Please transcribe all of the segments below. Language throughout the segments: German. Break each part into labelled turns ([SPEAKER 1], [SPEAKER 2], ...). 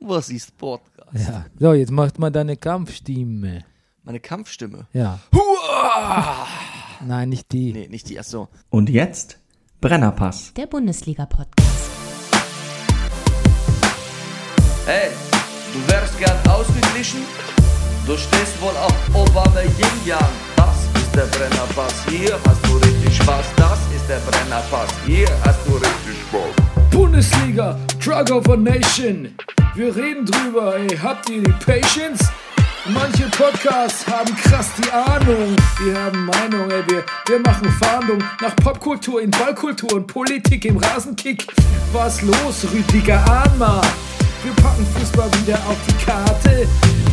[SPEAKER 1] Was ist Podcast?
[SPEAKER 2] Ja. So, jetzt macht mal deine Kampfstimme.
[SPEAKER 1] Meine Kampfstimme.
[SPEAKER 2] Ja.
[SPEAKER 1] Huah!
[SPEAKER 2] Nein, nicht die.
[SPEAKER 1] Nee, nicht die erste. So.
[SPEAKER 3] Und jetzt Brennerpass.
[SPEAKER 4] Der Bundesliga-Podcast.
[SPEAKER 5] Hey, du wärst gern ausgeglichen? Du stehst wohl auf Obama Yin Yang. Das ist der Brennerpass. Hier hast du richtig Spaß. Das ist der Brennerpass. Hier hast du richtig Spaß.
[SPEAKER 6] Bundesliga, Drug of a Nation. Wir reden drüber, ey. Habt ihr die Patience? Manche Podcasts haben krass die Ahnung. Wir haben Meinung, ey. Wir, wir machen Fahndung nach Popkultur in Ballkultur und Politik im Rasenkick. Was los, Rüdiger Ahnma? Wir packen Fußball wieder auf die Karte.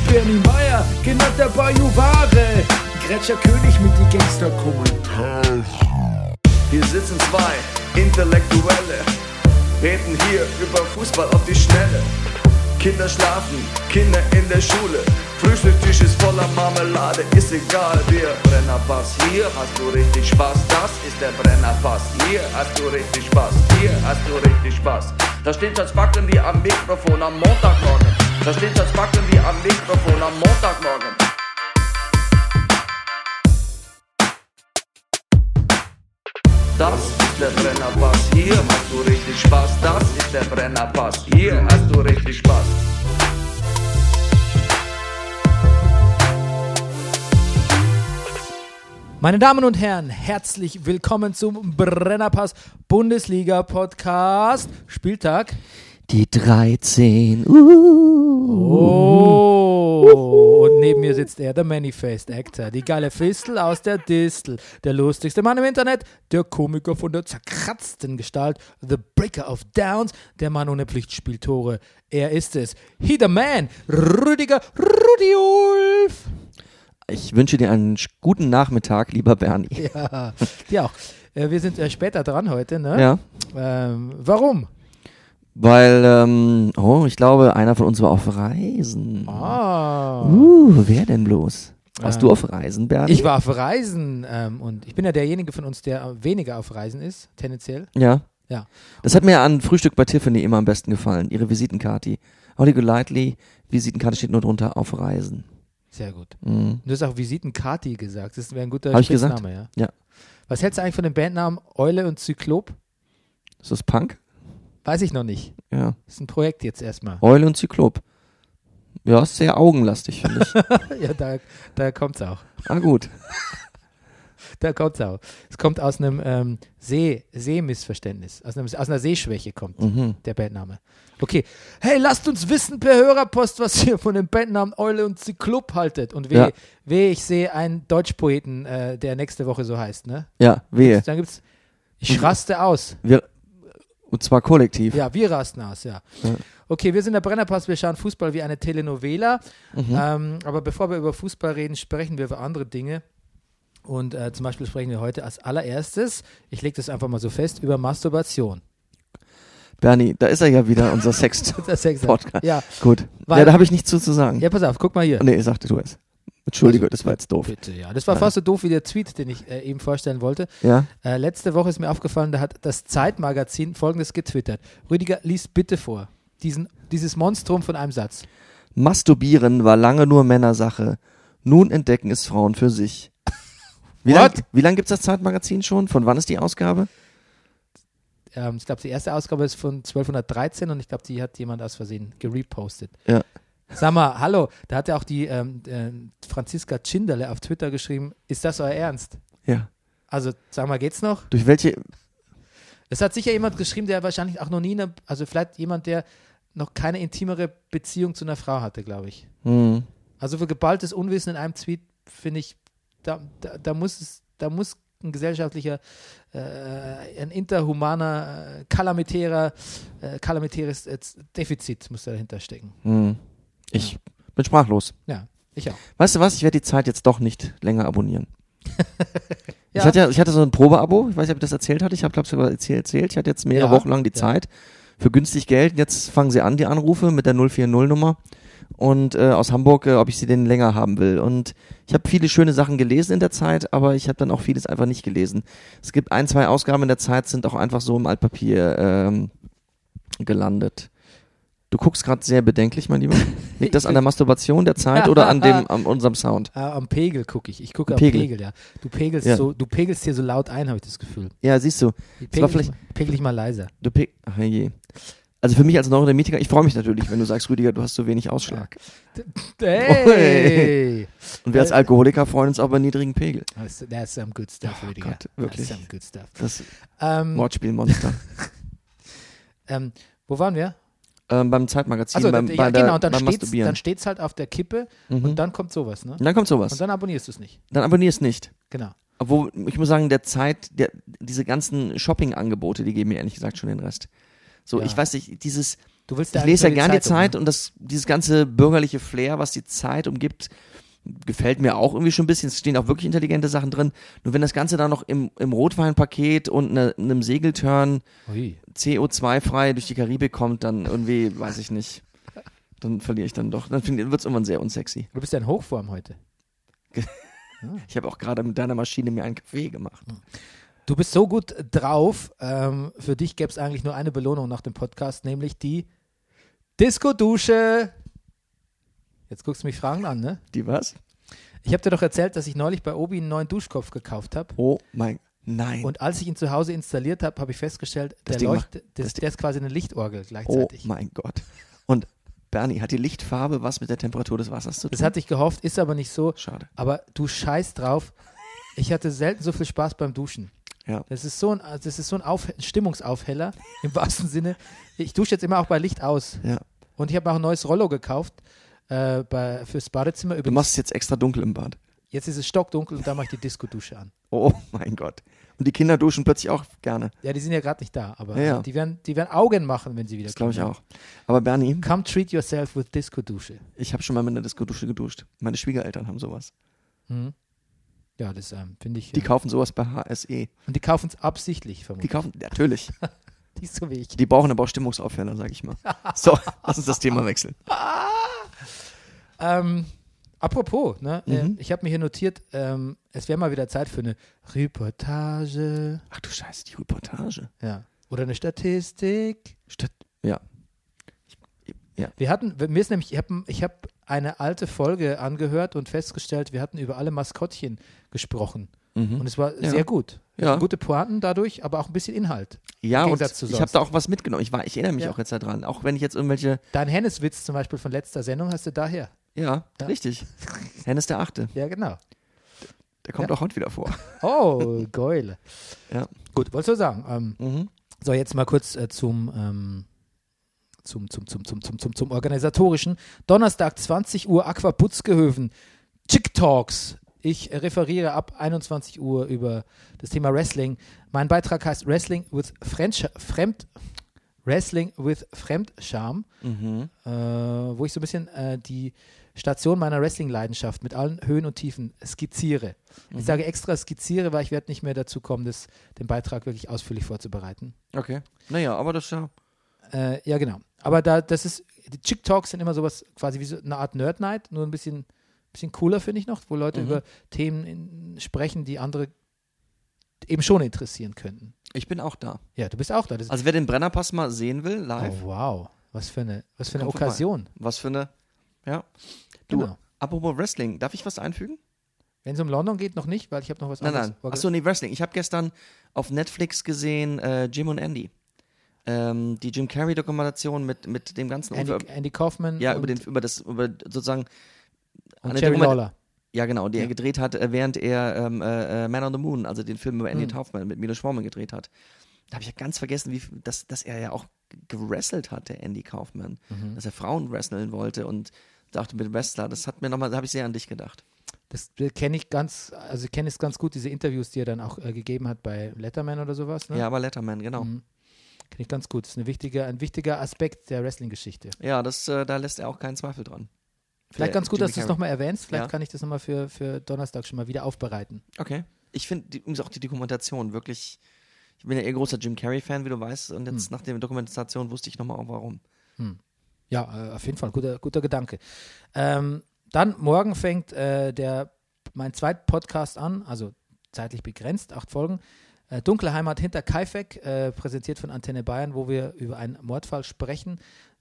[SPEAKER 6] Bernie Meyer, genannt der Bayou Ware. Gretscher König mit die Gangster-Kommentare.
[SPEAKER 5] Hier sitzen zwei Intellektuelle. Reden hier über Fußball auf die Schnelle. Kinder schlafen, Kinder in der Schule. Frühstückstisch ist voller Marmelade, ist egal, wir Brennerpass. Hier hast du richtig Spaß, das ist der Brennerpass. Hier hast du richtig Spaß, hier hast du richtig Spaß. Da steht das Backen wie am Mikrofon am Montagmorgen. Da steht das Backen wie am Mikrofon am Montagmorgen. Das ist der Brennerpass, hier hast du richtig Spaß. Das ist der Brennerpass, hier hast du richtig Spaß.
[SPEAKER 2] Meine Damen und Herren, herzlich willkommen zum Brennerpass Bundesliga Podcast Spieltag.
[SPEAKER 1] Die 13. Uh.
[SPEAKER 2] Oh, und neben mir sitzt er, der Manifest Actor, die geile Fistel aus der Distel, der lustigste Mann im Internet, der Komiker von der zerkratzten Gestalt, The Breaker of Downs, der Mann ohne Pflichtspieltore. Er ist es, he the man, Rüdiger Rudiulf.
[SPEAKER 1] Ich wünsche dir einen sch- guten Nachmittag, lieber Bernie.
[SPEAKER 2] Ja, dir auch. Äh, Wir sind äh, später dran heute, ne?
[SPEAKER 1] Ja,
[SPEAKER 2] Ähm, warum?
[SPEAKER 1] weil, ähm, oh, ich glaube, einer von uns war auf Reisen.
[SPEAKER 2] Ah.
[SPEAKER 1] Uh, wer denn bloß? Warst
[SPEAKER 2] Ähm,
[SPEAKER 1] du auf Reisen, Bernie?
[SPEAKER 2] Ich war auf Reisen ähm, und ich bin ja derjenige von uns, der äh, weniger auf Reisen ist, tendenziell.
[SPEAKER 1] Ja.
[SPEAKER 2] Ja.
[SPEAKER 1] Das hat mir an Frühstück bei Tiffany immer am besten gefallen. Ihre Visitenkarte. Holly Golightly, Visitenkarte steht nur drunter auf Reisen.
[SPEAKER 2] Sehr gut.
[SPEAKER 1] Mhm.
[SPEAKER 2] Du hast auch Visitenkati gesagt. Das wäre ein guter
[SPEAKER 1] Hab ich
[SPEAKER 2] Spitzname,
[SPEAKER 1] gesagt?
[SPEAKER 2] ja.
[SPEAKER 1] Ja.
[SPEAKER 2] Was hältst du eigentlich von den Bandnamen Eule und Zyklop?
[SPEAKER 1] Ist das Punk?
[SPEAKER 2] Weiß ich noch nicht.
[SPEAKER 1] Ja.
[SPEAKER 2] Ist ein Projekt jetzt erstmal.
[SPEAKER 1] Eule und Zyklop. Ja, ist sehr augenlastig, finde ich.
[SPEAKER 2] ja, da, da kommt's auch.
[SPEAKER 1] ah, gut.
[SPEAKER 2] Da kommt's auch. Es kommt aus einem ähm, See, Seemissverständnis, aus, einem, aus einer Sehschwäche kommt
[SPEAKER 1] Mhm.
[SPEAKER 2] der Bandname. Okay. Hey, lasst uns wissen per Hörerpost, was ihr von dem Bandnamen Eule und Zyklop haltet. Und weh,
[SPEAKER 1] Ja.
[SPEAKER 2] weh ich sehe einen Deutschpoeten, äh, der nächste Woche so heißt, ne?
[SPEAKER 1] Ja, wehe.
[SPEAKER 2] Dann gibt's. Ich raste aus.
[SPEAKER 1] Wir, und zwar kollektiv.
[SPEAKER 2] Ja, wir rasten aus, ja.
[SPEAKER 1] Ja.
[SPEAKER 2] Okay, wir sind der Brennerpass, wir schauen Fußball wie eine Telenovela.
[SPEAKER 1] Mhm.
[SPEAKER 2] Ähm, aber bevor wir über Fußball reden, sprechen wir über andere Dinge. Und äh, zum Beispiel sprechen wir heute als allererstes, ich lege das einfach mal so fest, über Masturbation.
[SPEAKER 1] Bernie, da ist er ja wieder, unser Sex.
[SPEAKER 2] Das ist ja gesagt.
[SPEAKER 1] Podcast.
[SPEAKER 2] Ja,
[SPEAKER 1] gut.
[SPEAKER 2] Weil-
[SPEAKER 1] ja, da habe ich nichts zu, zu sagen. Oh,
[SPEAKER 2] ja, pass auf, guck mal hier.
[SPEAKER 1] Nee, sagte du es. Entschuldige, das war jetzt doof.
[SPEAKER 2] Bitte, ja. Das war fast so doof wie der Tweet, den ich äh, eben vorstellen wollte.
[SPEAKER 1] Ja?
[SPEAKER 2] Äh, letzte Woche ist mir aufgefallen, da hat das Zeitmagazin folgendes getwittert. Rüdiger, lies bitte vor. Diesen, dieses Monstrum von einem Satz.
[SPEAKER 1] Masturbieren war lange nur Männersache. Nun entdecken es Frauen für sich. Wie lange
[SPEAKER 2] What?
[SPEAKER 1] lang gibt es das Zeitmagazin schon? Von wann ist die Ausgabe?
[SPEAKER 2] ähm, ich glaube, die erste Ausgabe ist von 1213 und ich glaube, die hat jemand aus Versehen gerepostet.
[SPEAKER 1] Ja.
[SPEAKER 2] Sag mal, hallo, da hat ja auch die ähm, ähm, Franziska Tschinderle auf Twitter geschrieben, ist das euer Ernst?
[SPEAKER 1] Ja.
[SPEAKER 2] Also, sag mal, geht's noch?
[SPEAKER 1] Durch welche?
[SPEAKER 2] Es hat sicher jemand geschrieben, der wahrscheinlich auch noch nie, eine, also vielleicht jemand, der noch keine intimere Beziehung zu einer Frau hatte, glaube ich.
[SPEAKER 1] Hm.
[SPEAKER 2] Also für geballtes Unwissen in einem Tweet finde ich, da, da, da muss es, da muss ein gesellschaftlicher, äh, ein interhumaner, äh, kalamitärer, äh, kalamitäres äh, Defizit muss dahinter stecken.
[SPEAKER 1] Hm. Ich bin sprachlos.
[SPEAKER 2] Ja, ich auch.
[SPEAKER 1] Weißt du was? Ich werde die Zeit jetzt doch nicht länger abonnieren.
[SPEAKER 2] Ja.
[SPEAKER 1] Ich, hatte ja, ich hatte so ein Probeabo. Ich weiß nicht, ob ich das erzählt hatte. Ich habe, glaube ich, sogar erzähl- erzählt. Ich hatte jetzt mehrere
[SPEAKER 2] Ja,
[SPEAKER 1] Wochen lang die
[SPEAKER 2] ja.
[SPEAKER 1] Zeit für günstig Geld. Und Jetzt fangen sie an, die Anrufe mit der 040-Nummer. Und äh, aus Hamburg, äh, ob ich sie denn länger haben will. Und ich habe viele schöne Sachen gelesen in der Zeit, aber ich habe dann auch vieles einfach nicht gelesen. Es gibt ein, zwei Ausgaben in der Zeit, sind auch einfach so im Altpapier ähm, gelandet. Du guckst gerade sehr bedenklich, mein Lieber. Liegt das an der Masturbation der Zeit oder an dem an unserem Sound?
[SPEAKER 2] Ah, am Pegel gucke ich. Ich gucke am
[SPEAKER 1] Pegel.
[SPEAKER 2] Pegel. ja. Du pegelst,
[SPEAKER 1] Ja.
[SPEAKER 2] So, du pegelst hier so laut ein, habe ich das Gefühl.
[SPEAKER 1] Ja, siehst du. Das war
[SPEAKER 2] Pegel, ich,
[SPEAKER 1] vielleicht-
[SPEAKER 2] mal- pegel ich mal leiser.
[SPEAKER 1] Du pick. Ach je. Also für mich als Neurodermitiker, ich freue mich natürlich, wenn du sagst, Rüdiger, du hast so wenig Ausschlag.
[SPEAKER 2] Hey!
[SPEAKER 1] Und wir als Alkoholiker freuen uns auch bei niedrigen Pegel.
[SPEAKER 2] That's, that's some good stuff, oh, Rüdiger.
[SPEAKER 1] Gott, wirklich.
[SPEAKER 2] That's some good stuff.
[SPEAKER 1] Das Hm.
[SPEAKER 2] Ähm,
[SPEAKER 1] Mordspielmonster.
[SPEAKER 2] ähm, wo waren wir?
[SPEAKER 1] ähm, beim Zeitmagazin,
[SPEAKER 2] Also,
[SPEAKER 1] beim,
[SPEAKER 2] ja,
[SPEAKER 1] bei der,
[SPEAKER 2] genau, und dann
[SPEAKER 1] beim
[SPEAKER 2] steht's,
[SPEAKER 1] Masturbieren.
[SPEAKER 2] dann steht's halt auf der Kippe
[SPEAKER 1] Mhm.
[SPEAKER 2] und dann kommt sowas, ne?
[SPEAKER 1] Und dann kommt sowas.
[SPEAKER 2] Und dann abonnierst du es nicht.
[SPEAKER 1] Dann abonnierst nicht.
[SPEAKER 2] Genau.
[SPEAKER 1] Obwohl, ich muss sagen, der Zeit, der, diese ganzen Shopping-Angebote, die geben mir ehrlich gesagt schon den Rest. So,
[SPEAKER 2] Ja.
[SPEAKER 1] ich weiß nicht, dieses,
[SPEAKER 2] Du willst
[SPEAKER 1] ich
[SPEAKER 2] eigentlich
[SPEAKER 1] lese ja
[SPEAKER 2] nur
[SPEAKER 1] gern die Zeit
[SPEAKER 2] ne?
[SPEAKER 1] und das, dieses ganze bürgerliche Flair, was die Zeit umgibt, gefällt mir auch irgendwie schon ein bisschen. Es stehen auch wirklich intelligente Sachen drin. Nur wenn das Ganze dann noch im, im Rotweinpaket und ne, einem Segeltörn
[SPEAKER 2] ne? Ui.
[SPEAKER 1] CO2-frei durch die Karibik kommt, dann irgendwie, weiß ich nicht. Dann verliere ich dann doch. Dann wird es irgendwann sehr unsexy.
[SPEAKER 2] Du bist ja in Hochform heute.
[SPEAKER 1] Ich habe auch gerade mit deiner Maschine mir einen Kaffee gemacht.
[SPEAKER 2] Du bist so gut drauf. Ähm, für dich gäbe es eigentlich nur eine Belohnung nach dem Podcast, nämlich die Disco-Dusche. Jetzt guckst du mich fragend an, ne?
[SPEAKER 1] Die was?
[SPEAKER 2] Ich habe dir doch erzählt, dass ich neulich bei Obi einen neuen Duschkopf gekauft habe.
[SPEAKER 1] Oh mein, nein.
[SPEAKER 2] Und als ich ihn zu Hause installiert habe, habe ich festgestellt, der,
[SPEAKER 1] Ding
[SPEAKER 2] leucht,
[SPEAKER 1] das
[SPEAKER 2] das,
[SPEAKER 1] Ding-
[SPEAKER 2] der ist quasi eine Lichtorgel
[SPEAKER 1] Oh
[SPEAKER 2] gleichzeitig.
[SPEAKER 1] mein Gott. Und Bernie, hat die Lichtfarbe was mit der Temperatur des Wassers zu tun?
[SPEAKER 2] das hatte ich gehofft, ist aber nicht so.
[SPEAKER 1] Schade.
[SPEAKER 2] Aber du scheiß drauf. Ich hatte selten so viel Spaß beim Duschen.
[SPEAKER 1] Ja.
[SPEAKER 2] Das ist so ein, das ist so ein Auf, Stimmungsaufheller im wahrsten Sinne. Ich dusche jetzt immer auch bei Licht aus.
[SPEAKER 1] Ja.
[SPEAKER 2] Und ich habe auch ein neues Rollo gekauft äh, bei, fürs Badezimmer.
[SPEAKER 1] Du
[SPEAKER 2] Übrigens,
[SPEAKER 1] machst es jetzt extra dunkel im Bad.
[SPEAKER 2] jetzt ist es stockdunkel und da mache ich die Disco-Dusche an.
[SPEAKER 1] Oh mein Gott. Und die Kinder duschen plötzlich auch gerne.
[SPEAKER 2] Ja, die sind ja gerade nicht da, aber
[SPEAKER 1] Ja, ja.
[SPEAKER 2] Die, werden, die werden Augen machen, wenn sie wieder
[SPEAKER 1] Das glaube ich auch. Aber Bernie,
[SPEAKER 2] Come treat yourself with Disco-Dusche.
[SPEAKER 1] ich habe schon mal mit einer Disco-Dusche geduscht. Meine Schwiegereltern haben sowas.
[SPEAKER 2] Ja, das ähm, finde ich.
[SPEAKER 1] Die
[SPEAKER 2] äh,
[SPEAKER 1] kaufen sowas bei HSE.
[SPEAKER 2] und die kaufen es absichtlich,
[SPEAKER 1] Die
[SPEAKER 2] vermutlich.
[SPEAKER 1] kaufen, natürlich.
[SPEAKER 2] Nicht so wie ich.
[SPEAKER 1] Die brauchen aber auch Stimmungsaufheller, sag ich mal. So, lass uns das Thema wechseln.
[SPEAKER 2] Ähm, apropos, ne? Äh,
[SPEAKER 1] Mhm.
[SPEAKER 2] ich habe mir hier notiert, ähm, es wäre mal wieder Zeit für eine Reportage.
[SPEAKER 1] Ach du Scheiße, die Reportage.
[SPEAKER 2] Ja. Oder eine Statistik.
[SPEAKER 1] Statt, ja.
[SPEAKER 2] Wir hatten, mir ist nämlich, ich habe ich hab eine alte Folge angehört und festgestellt, wir hatten über alle Maskottchen gesprochen. Und es war
[SPEAKER 1] Mhm. Ja.
[SPEAKER 2] sehr gut. Wir
[SPEAKER 1] Ja.
[SPEAKER 2] hatten Gute Pointen dadurch, aber auch ein bisschen Inhalt.
[SPEAKER 1] Ja,
[SPEAKER 2] Im
[SPEAKER 1] und
[SPEAKER 2] Gegensatz zu
[SPEAKER 1] ich habe
[SPEAKER 2] sonst.
[SPEAKER 1] da auch was mitgenommen. Ich, war, ich erinnere mich
[SPEAKER 2] Ja.
[SPEAKER 1] auch jetzt daran. Auch wenn ich jetzt irgendwelche,
[SPEAKER 2] Dein Henneswitz zum Beispiel von letzter Sendung hast du daher.
[SPEAKER 1] ja, richtig. Hennes der Achte,
[SPEAKER 2] Ja, genau.
[SPEAKER 1] der kommt auch heute wieder vor.
[SPEAKER 2] Oh, Geule.
[SPEAKER 1] Ja.
[SPEAKER 2] Gut, wolltest du sagen. Ähm,
[SPEAKER 1] Mhm.
[SPEAKER 2] So, jetzt mal kurz äh, zum, ähm, zum, zum, zum, zum, zum, zum, zum organisatorischen. Donnerstag, 20 Uhr, Aqua Butzgehöfen. Chick Talks. Ich äh, referiere ab 21 Uhr über das Thema Wrestling. Mein Beitrag heißt Wrestling with Fremdsch Fremd Wrestling with Fremdscham,
[SPEAKER 1] Mhm.
[SPEAKER 2] äh, wo ich so ein bisschen äh, die Station meiner Wrestling-Leidenschaft mit allen Höhen und Tiefen skizziere. Ich sage extra skizziere, weil ich werde nicht mehr dazu kommen, das, den Beitrag wirklich ausführlich vorzubereiten.
[SPEAKER 1] Okay. Naja, aber das ist ja.
[SPEAKER 2] Äh, ja, genau. Aber da, das ist, die Chick Talks sind immer sowas quasi wie so eine Art Nerd Night, nur ein bisschen, bisschen cooler, finde ich noch, wo Leute
[SPEAKER 1] Mhm.
[SPEAKER 2] über Themen in, sprechen, die andere eben schon interessieren könnten.
[SPEAKER 1] Ich bin auch da.
[SPEAKER 2] Ja, du bist auch da. Das
[SPEAKER 1] Also wer den Brennerpass mal sehen will,
[SPEAKER 2] oh,
[SPEAKER 1] live,
[SPEAKER 2] wow. Was für eine, was für eine
[SPEAKER 1] Komm vorbei.
[SPEAKER 2] Okkasion.
[SPEAKER 1] was für eine. Ja. Du,
[SPEAKER 2] Genau.
[SPEAKER 1] apropos Wrestling, darf ich was einfügen?
[SPEAKER 2] Wenn es um London geht, noch nicht, weil ich habe noch was
[SPEAKER 1] Nein,
[SPEAKER 2] anderes.
[SPEAKER 1] nein. Achso, nee, Wrestling. Ich habe gestern auf Netflix gesehen äh, Jim und Andy. Ähm, die Jim Carrey-Dokumentation mit, mit dem ganzen
[SPEAKER 2] Andy,
[SPEAKER 1] Unver-
[SPEAKER 2] Andy Kaufman
[SPEAKER 1] ähm, Ja,
[SPEAKER 2] und,
[SPEAKER 1] über, den, über das, über sozusagen.
[SPEAKER 2] und
[SPEAKER 1] eine
[SPEAKER 2] Jerry
[SPEAKER 1] Dokument-
[SPEAKER 2] Lawler.
[SPEAKER 1] Ja, genau, die er gedreht hat, äh, während er ähm, äh, äh, Man on the Moon, also den Film über
[SPEAKER 2] Hm.
[SPEAKER 1] Andy Kaufman mit Milo Schwarman gedreht hat. Da habe ich ja ganz vergessen, wie, viel- dass, dass er ja auch gewrestelt hat, der Andy Kaufman.
[SPEAKER 2] Mhm.
[SPEAKER 1] Dass er Frauen wresteln wollte und dachte mit Wrestler, das hat mir nochmal, da habe ich sehr an dich gedacht.
[SPEAKER 2] Das kenne ich ganz, also kenne es ganz gut, diese Interviews, die er dann auch äh, gegeben hat bei Letterman oder sowas. Ne?
[SPEAKER 1] Ja, aber Letterman, genau.
[SPEAKER 2] Kenne ich ganz gut. Das ist eine wichtige, ein wichtiger Aspekt der Wrestling-Geschichte.
[SPEAKER 1] Ja, das, äh, da lässt er auch keinen Zweifel dran.
[SPEAKER 2] Vielleicht
[SPEAKER 1] Der
[SPEAKER 2] ganz gut,
[SPEAKER 1] Jimmy
[SPEAKER 2] dass du es
[SPEAKER 1] Carrey.
[SPEAKER 2] nochmal erwähnst. Vielleicht
[SPEAKER 1] Ja.
[SPEAKER 2] kann ich das nochmal für, für Donnerstag schon mal wieder aufbereiten.
[SPEAKER 1] Okay. Ich finde übrigens auch die Dokumentation wirklich. Ich bin ja eher großer Jim Carrey-Fan, wie du weißt, und
[SPEAKER 2] Hm.
[SPEAKER 1] jetzt nach der Dokumentation wusste ich nochmal auch warum.
[SPEAKER 2] Ja, äh, auf jeden Fall. Guter, guter Gedanke. Ähm, dann morgen fängt äh, der, mein zweit Podcast an, also zeitlich begrenzt, acht Folgen. Äh, Dunkle Heimat hinter Kaifek, äh, präsentiert von Antenne Bayern, wo wir über einen Mordfall sprechen,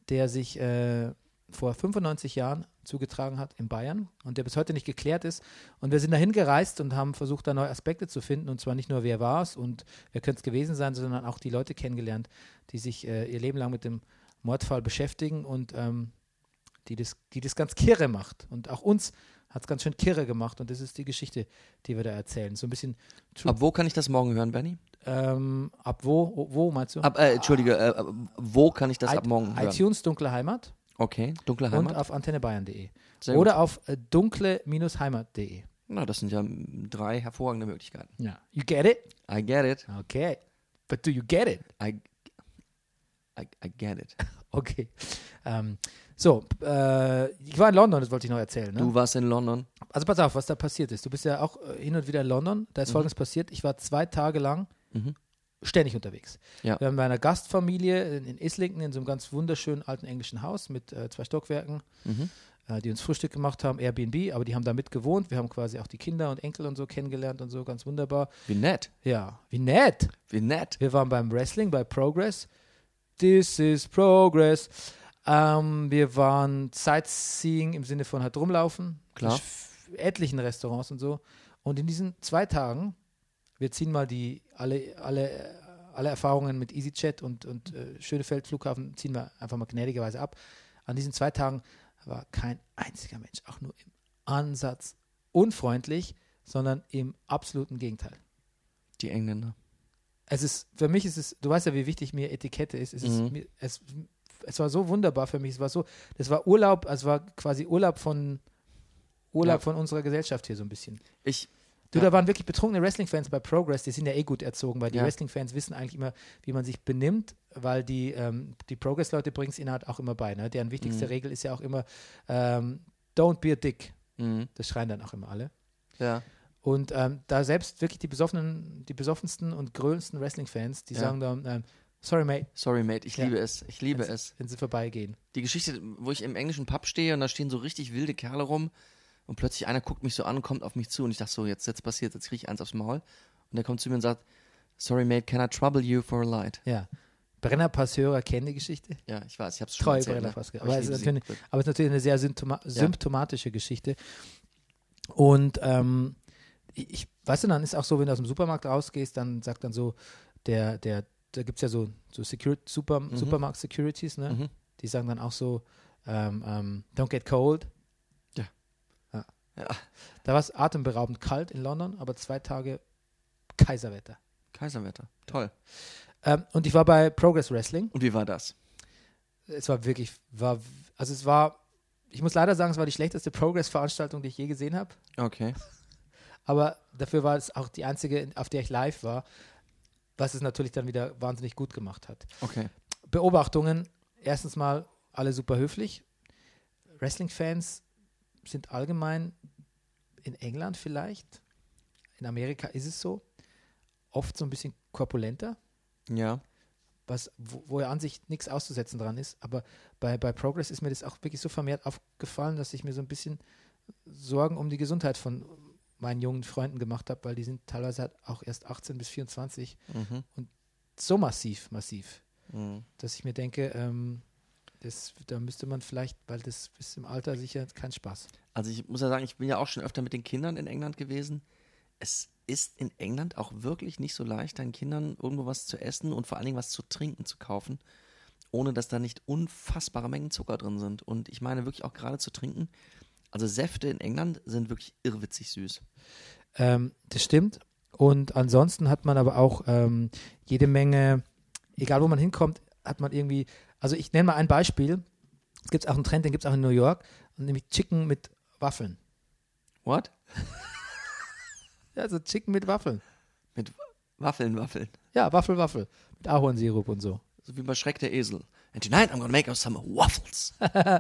[SPEAKER 2] der sich äh, vor 95 Jahren zugetragen hat in Bayern und der bis heute nicht geklärt ist. Und wir sind dahin gereist und haben versucht, da neue Aspekte zu finden. Und zwar nicht nur, wer war es und wer könnte es gewesen sein, sondern auch die Leute kennengelernt, die sich äh, ihr Leben lang mit dem Mordfall beschäftigen und ähm, die, das, die das ganz kirre macht. Und auch uns hat es ganz schön kirre gemacht. Und das ist die Geschichte, die wir da erzählen. So ein bisschen True
[SPEAKER 1] Ab wo kann ich das morgen hören, Benny?
[SPEAKER 2] ähm, ab wo, wo meinst du?
[SPEAKER 1] Ab, äh, Entschuldige, äh, ab wo kann ich das ab
[SPEAKER 2] I-
[SPEAKER 1] morgen hören?
[SPEAKER 2] iTunes Dunkle Heimat
[SPEAKER 1] Okay, dunkle
[SPEAKER 2] und
[SPEAKER 1] Heimat.
[SPEAKER 2] auf antennebayern.de
[SPEAKER 1] Sehr
[SPEAKER 2] oder auf äh, dunkle-heimat.de.
[SPEAKER 1] Na, das sind ja mm, drei hervorragende Möglichkeiten.
[SPEAKER 2] Ja. You get it?
[SPEAKER 1] I get it.
[SPEAKER 2] Okay. But do you get it?
[SPEAKER 1] I, I, I get it.
[SPEAKER 2] Okay. Ähm, so, äh, ich war in London, das wollte ich noch erzählen. Ne?
[SPEAKER 1] Du warst in London.
[SPEAKER 2] Also pass auf, was da passiert ist. Du bist ja auch äh, hin und wieder in London. Da ist Folgendes passiert. Ich war zwei Tage lang ständig unterwegs.
[SPEAKER 1] Ja.
[SPEAKER 2] Wir haben bei einer Gastfamilie in, in Islington in so einem ganz wunderschönen alten englischen Haus mit äh, zwei Stockwerken, äh, die uns Frühstück gemacht haben, Airbnb, aber die haben da mit gewohnt. Wir haben quasi auch die Kinder und Enkel und so kennengelernt und so, ganz wunderbar.
[SPEAKER 1] Wie nett.
[SPEAKER 2] Ja, wie nett.
[SPEAKER 1] Wie nett.
[SPEAKER 2] Wir waren beim Wrestling, bei Progress. This is Progress. Ähm, wir waren Sightseeing im Sinne von halt rumlaufen.
[SPEAKER 1] Klar.
[SPEAKER 2] In f- etlichen Restaurants und so. Und in diesen zwei Tagen, wir ziehen mal die alle, alle, äh, alle Erfahrungen mit EasyJet und, und äh, Schönefeld Flughafen, ziehen wir einfach mal gnädigerweise ab. An diesen zwei Tagen war kein einziger Mensch, auch nur im Ansatz unfreundlich, sondern im absoluten Gegenteil
[SPEAKER 1] Die Engländer.
[SPEAKER 2] es ist, für mich ist es, du weißt ja, wie wichtig mir Etikette ist. Es,
[SPEAKER 1] Mhm.
[SPEAKER 2] ist mir, es, es war so wunderbar für mich. Es war so, das war Urlaub, also es war quasi Urlaub von Urlaub
[SPEAKER 1] Ja.
[SPEAKER 2] von unserer Gesellschaft hier so ein bisschen.
[SPEAKER 1] Ich,
[SPEAKER 2] Du,
[SPEAKER 1] Ja.
[SPEAKER 2] da waren wirklich betrunkene Wrestling-Fans bei Progress, die sind ja eh gut erzogen, weil die
[SPEAKER 1] Ja.
[SPEAKER 2] Wrestling-Fans wissen eigentlich immer, wie man sich benimmt, weil die, ähm, die Progress-Leute bringen es ihnen halt auch immer bei. Ne? Deren wichtigste Regel ist ja auch immer, ähm, don't be a dick.
[SPEAKER 1] Mhm.
[SPEAKER 2] Das schreien dann auch immer alle.
[SPEAKER 1] ja.
[SPEAKER 2] Und ähm, da selbst wirklich die besoffenen, die besoffensten und größten Wrestling-Fans, die
[SPEAKER 1] Ja.
[SPEAKER 2] sagen dann, ähm, sorry, mate,
[SPEAKER 1] Sorry, Mate, ich
[SPEAKER 2] Ja.
[SPEAKER 1] liebe es. Ich liebe
[SPEAKER 2] wenn,
[SPEAKER 1] es.
[SPEAKER 2] Sie, wenn sie vorbeigehen.
[SPEAKER 1] Die Geschichte, wo ich im englischen Pub stehe und da stehen so richtig wilde Kerle rum und plötzlich einer guckt mich so an und kommt auf mich zu und ich dachte so, jetzt, jetzt passiert, jetzt kriege ich eins aufs Maul. Und der kommt zu mir und sagt, sorry mate, can I trouble you for a light?
[SPEAKER 2] Ja. Brennerpass-Hörer kennen die Geschichte.
[SPEAKER 1] Ja, ich weiß, ich hab's schon
[SPEAKER 2] Treue
[SPEAKER 1] erzählt. ne?
[SPEAKER 2] Brennerpass.
[SPEAKER 1] Aber
[SPEAKER 2] Aber es
[SPEAKER 1] ich
[SPEAKER 2] ist
[SPEAKER 1] liebe
[SPEAKER 2] natürlich,
[SPEAKER 1] sie.
[SPEAKER 2] aber es ist natürlich eine sehr symptoma symptomatische Geschichte. Und ähm, ich, ich- weißt du, dann ist auch so, wenn du aus dem Supermarkt rausgehst, dann sagt dann so, der, der, da gibt es ja so, so Secur Super, Supermarkt-Securities, ne?
[SPEAKER 1] Mhm.
[SPEAKER 2] Die sagen dann auch so, ähm, ähm, don't get cold.
[SPEAKER 1] Ja.
[SPEAKER 2] ja.
[SPEAKER 1] Ja.
[SPEAKER 2] Da war es atemberaubend kalt in London, aber zwei Tage Kaiserwetter.
[SPEAKER 1] Kaiserwetter, toll.
[SPEAKER 2] Ähm, und ich war bei Progress Wrestling.
[SPEAKER 1] Und wie war das?
[SPEAKER 2] Es war wirklich, war, also es war, ich muss leider sagen, es war die schlechteste Progress-Veranstaltung, die ich je gesehen habe.
[SPEAKER 1] Okay.
[SPEAKER 2] Aber dafür war es auch die einzige, auf der ich live war, was es natürlich dann wieder wahnsinnig gut gemacht hat.
[SPEAKER 1] Okay.
[SPEAKER 2] Beobachtungen. Erstens mal alle super höflich. Wrestling-Fans sind allgemein in England vielleicht, in Amerika ist es so, oft so ein bisschen korpulenter,
[SPEAKER 1] Ja.
[SPEAKER 2] was, wo, wo ja an sich nichts auszusetzen dran ist. Aber bei, bei Progress ist mir das auch wirklich so vermehrt aufgefallen, dass ich mir so ein bisschen Sorgen um die Gesundheit von meinen jungen Freunden gemacht habe, weil die sind teilweise halt auch erst 18 bis 24
[SPEAKER 1] Mhm.
[SPEAKER 2] so massiv, massiv
[SPEAKER 1] Mhm.
[SPEAKER 2] dass ich mir denke, ähm, das, da müsste man vielleicht, weil das ist im Alter sicher kein Spaß.
[SPEAKER 1] Also ich muss ja sagen, ich bin ja auch schon öfter mit den Kindern in England gewesen. Es ist in England auch wirklich nicht so leicht, deinen Kindern irgendwo was zu essen und vor allen Dingen was zu trinken zu kaufen, ohne dass da nicht unfassbare Mengen Zucker drin sind. Und ich meine wirklich auch gerade zu trinken. Also Säfte in England sind wirklich irrwitzig süß.
[SPEAKER 2] Ähm, das stimmt. Und ansonsten hat man aber auch ähm, jede Menge, egal wo man hinkommt, hat man irgendwie, also ich nenne mal ein Beispiel. Es gibt auch einen Trend, den gibt es auch in New York, nämlich Chicken mit Waffeln.
[SPEAKER 1] What?
[SPEAKER 2] Ja, also Chicken mit Waffeln.
[SPEAKER 1] Mit Waffeln, Waffeln.
[SPEAKER 2] Ja, Waffel, Waffel. Mit Ahornsirup und so.
[SPEAKER 1] So wie bei Schreck der Esel. And tonight I'm gonna make us some waffles.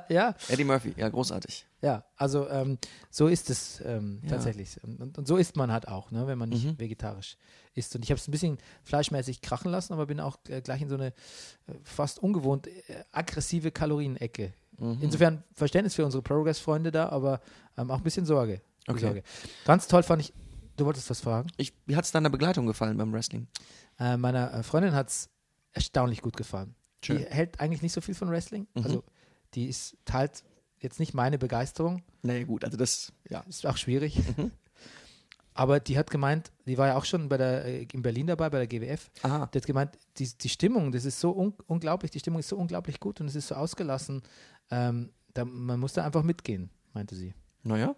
[SPEAKER 2] Ja,
[SPEAKER 1] Eddie Murphy, ja, großartig.
[SPEAKER 2] Ja, also ähm, so ist es ähm,
[SPEAKER 1] Ja.
[SPEAKER 2] tatsächlich. Und, und, und so isst man halt auch, ne, wenn man nicht
[SPEAKER 1] Mhm.
[SPEAKER 2] vegetarisch isst. Und ich habe es ein bisschen fleischmäßig krachen lassen, aber bin auch äh, gleich in so eine äh, fast ungewohnt äh, aggressive Kalorienecke.
[SPEAKER 1] Mhm.
[SPEAKER 2] Insofern Verständnis für unsere Progress-Freunde da, aber ähm, auch ein bisschen Sorge.
[SPEAKER 1] Okay.
[SPEAKER 2] Sorge. Ganz toll fand ich, du wolltest was fragen.
[SPEAKER 1] Ich, wie hat es deiner Begleitung gefallen beim Wrestling?
[SPEAKER 2] Äh, meiner äh, Freundin hat es erstaunlich gut gefallen.
[SPEAKER 1] Schön. Mhm.
[SPEAKER 2] die hält eigentlich nicht so viel von Wrestling. Also die ist teilt jetzt nicht meine Begeisterung.
[SPEAKER 1] Naja, gut, also das, ja. Mhm.
[SPEAKER 2] Ist auch schwierig. Aber die hat gemeint, die war ja auch schon bei der, äh, in Berlin dabei, bei der GWF.
[SPEAKER 1] Aha.
[SPEAKER 2] Die hat gemeint, die, die Stimmung, das ist so un unglaublich, die Stimmung ist so unglaublich gut und es ist so ausgelassen. Ähm, da, man muss da einfach mitgehen, meinte sie.
[SPEAKER 1] Naja.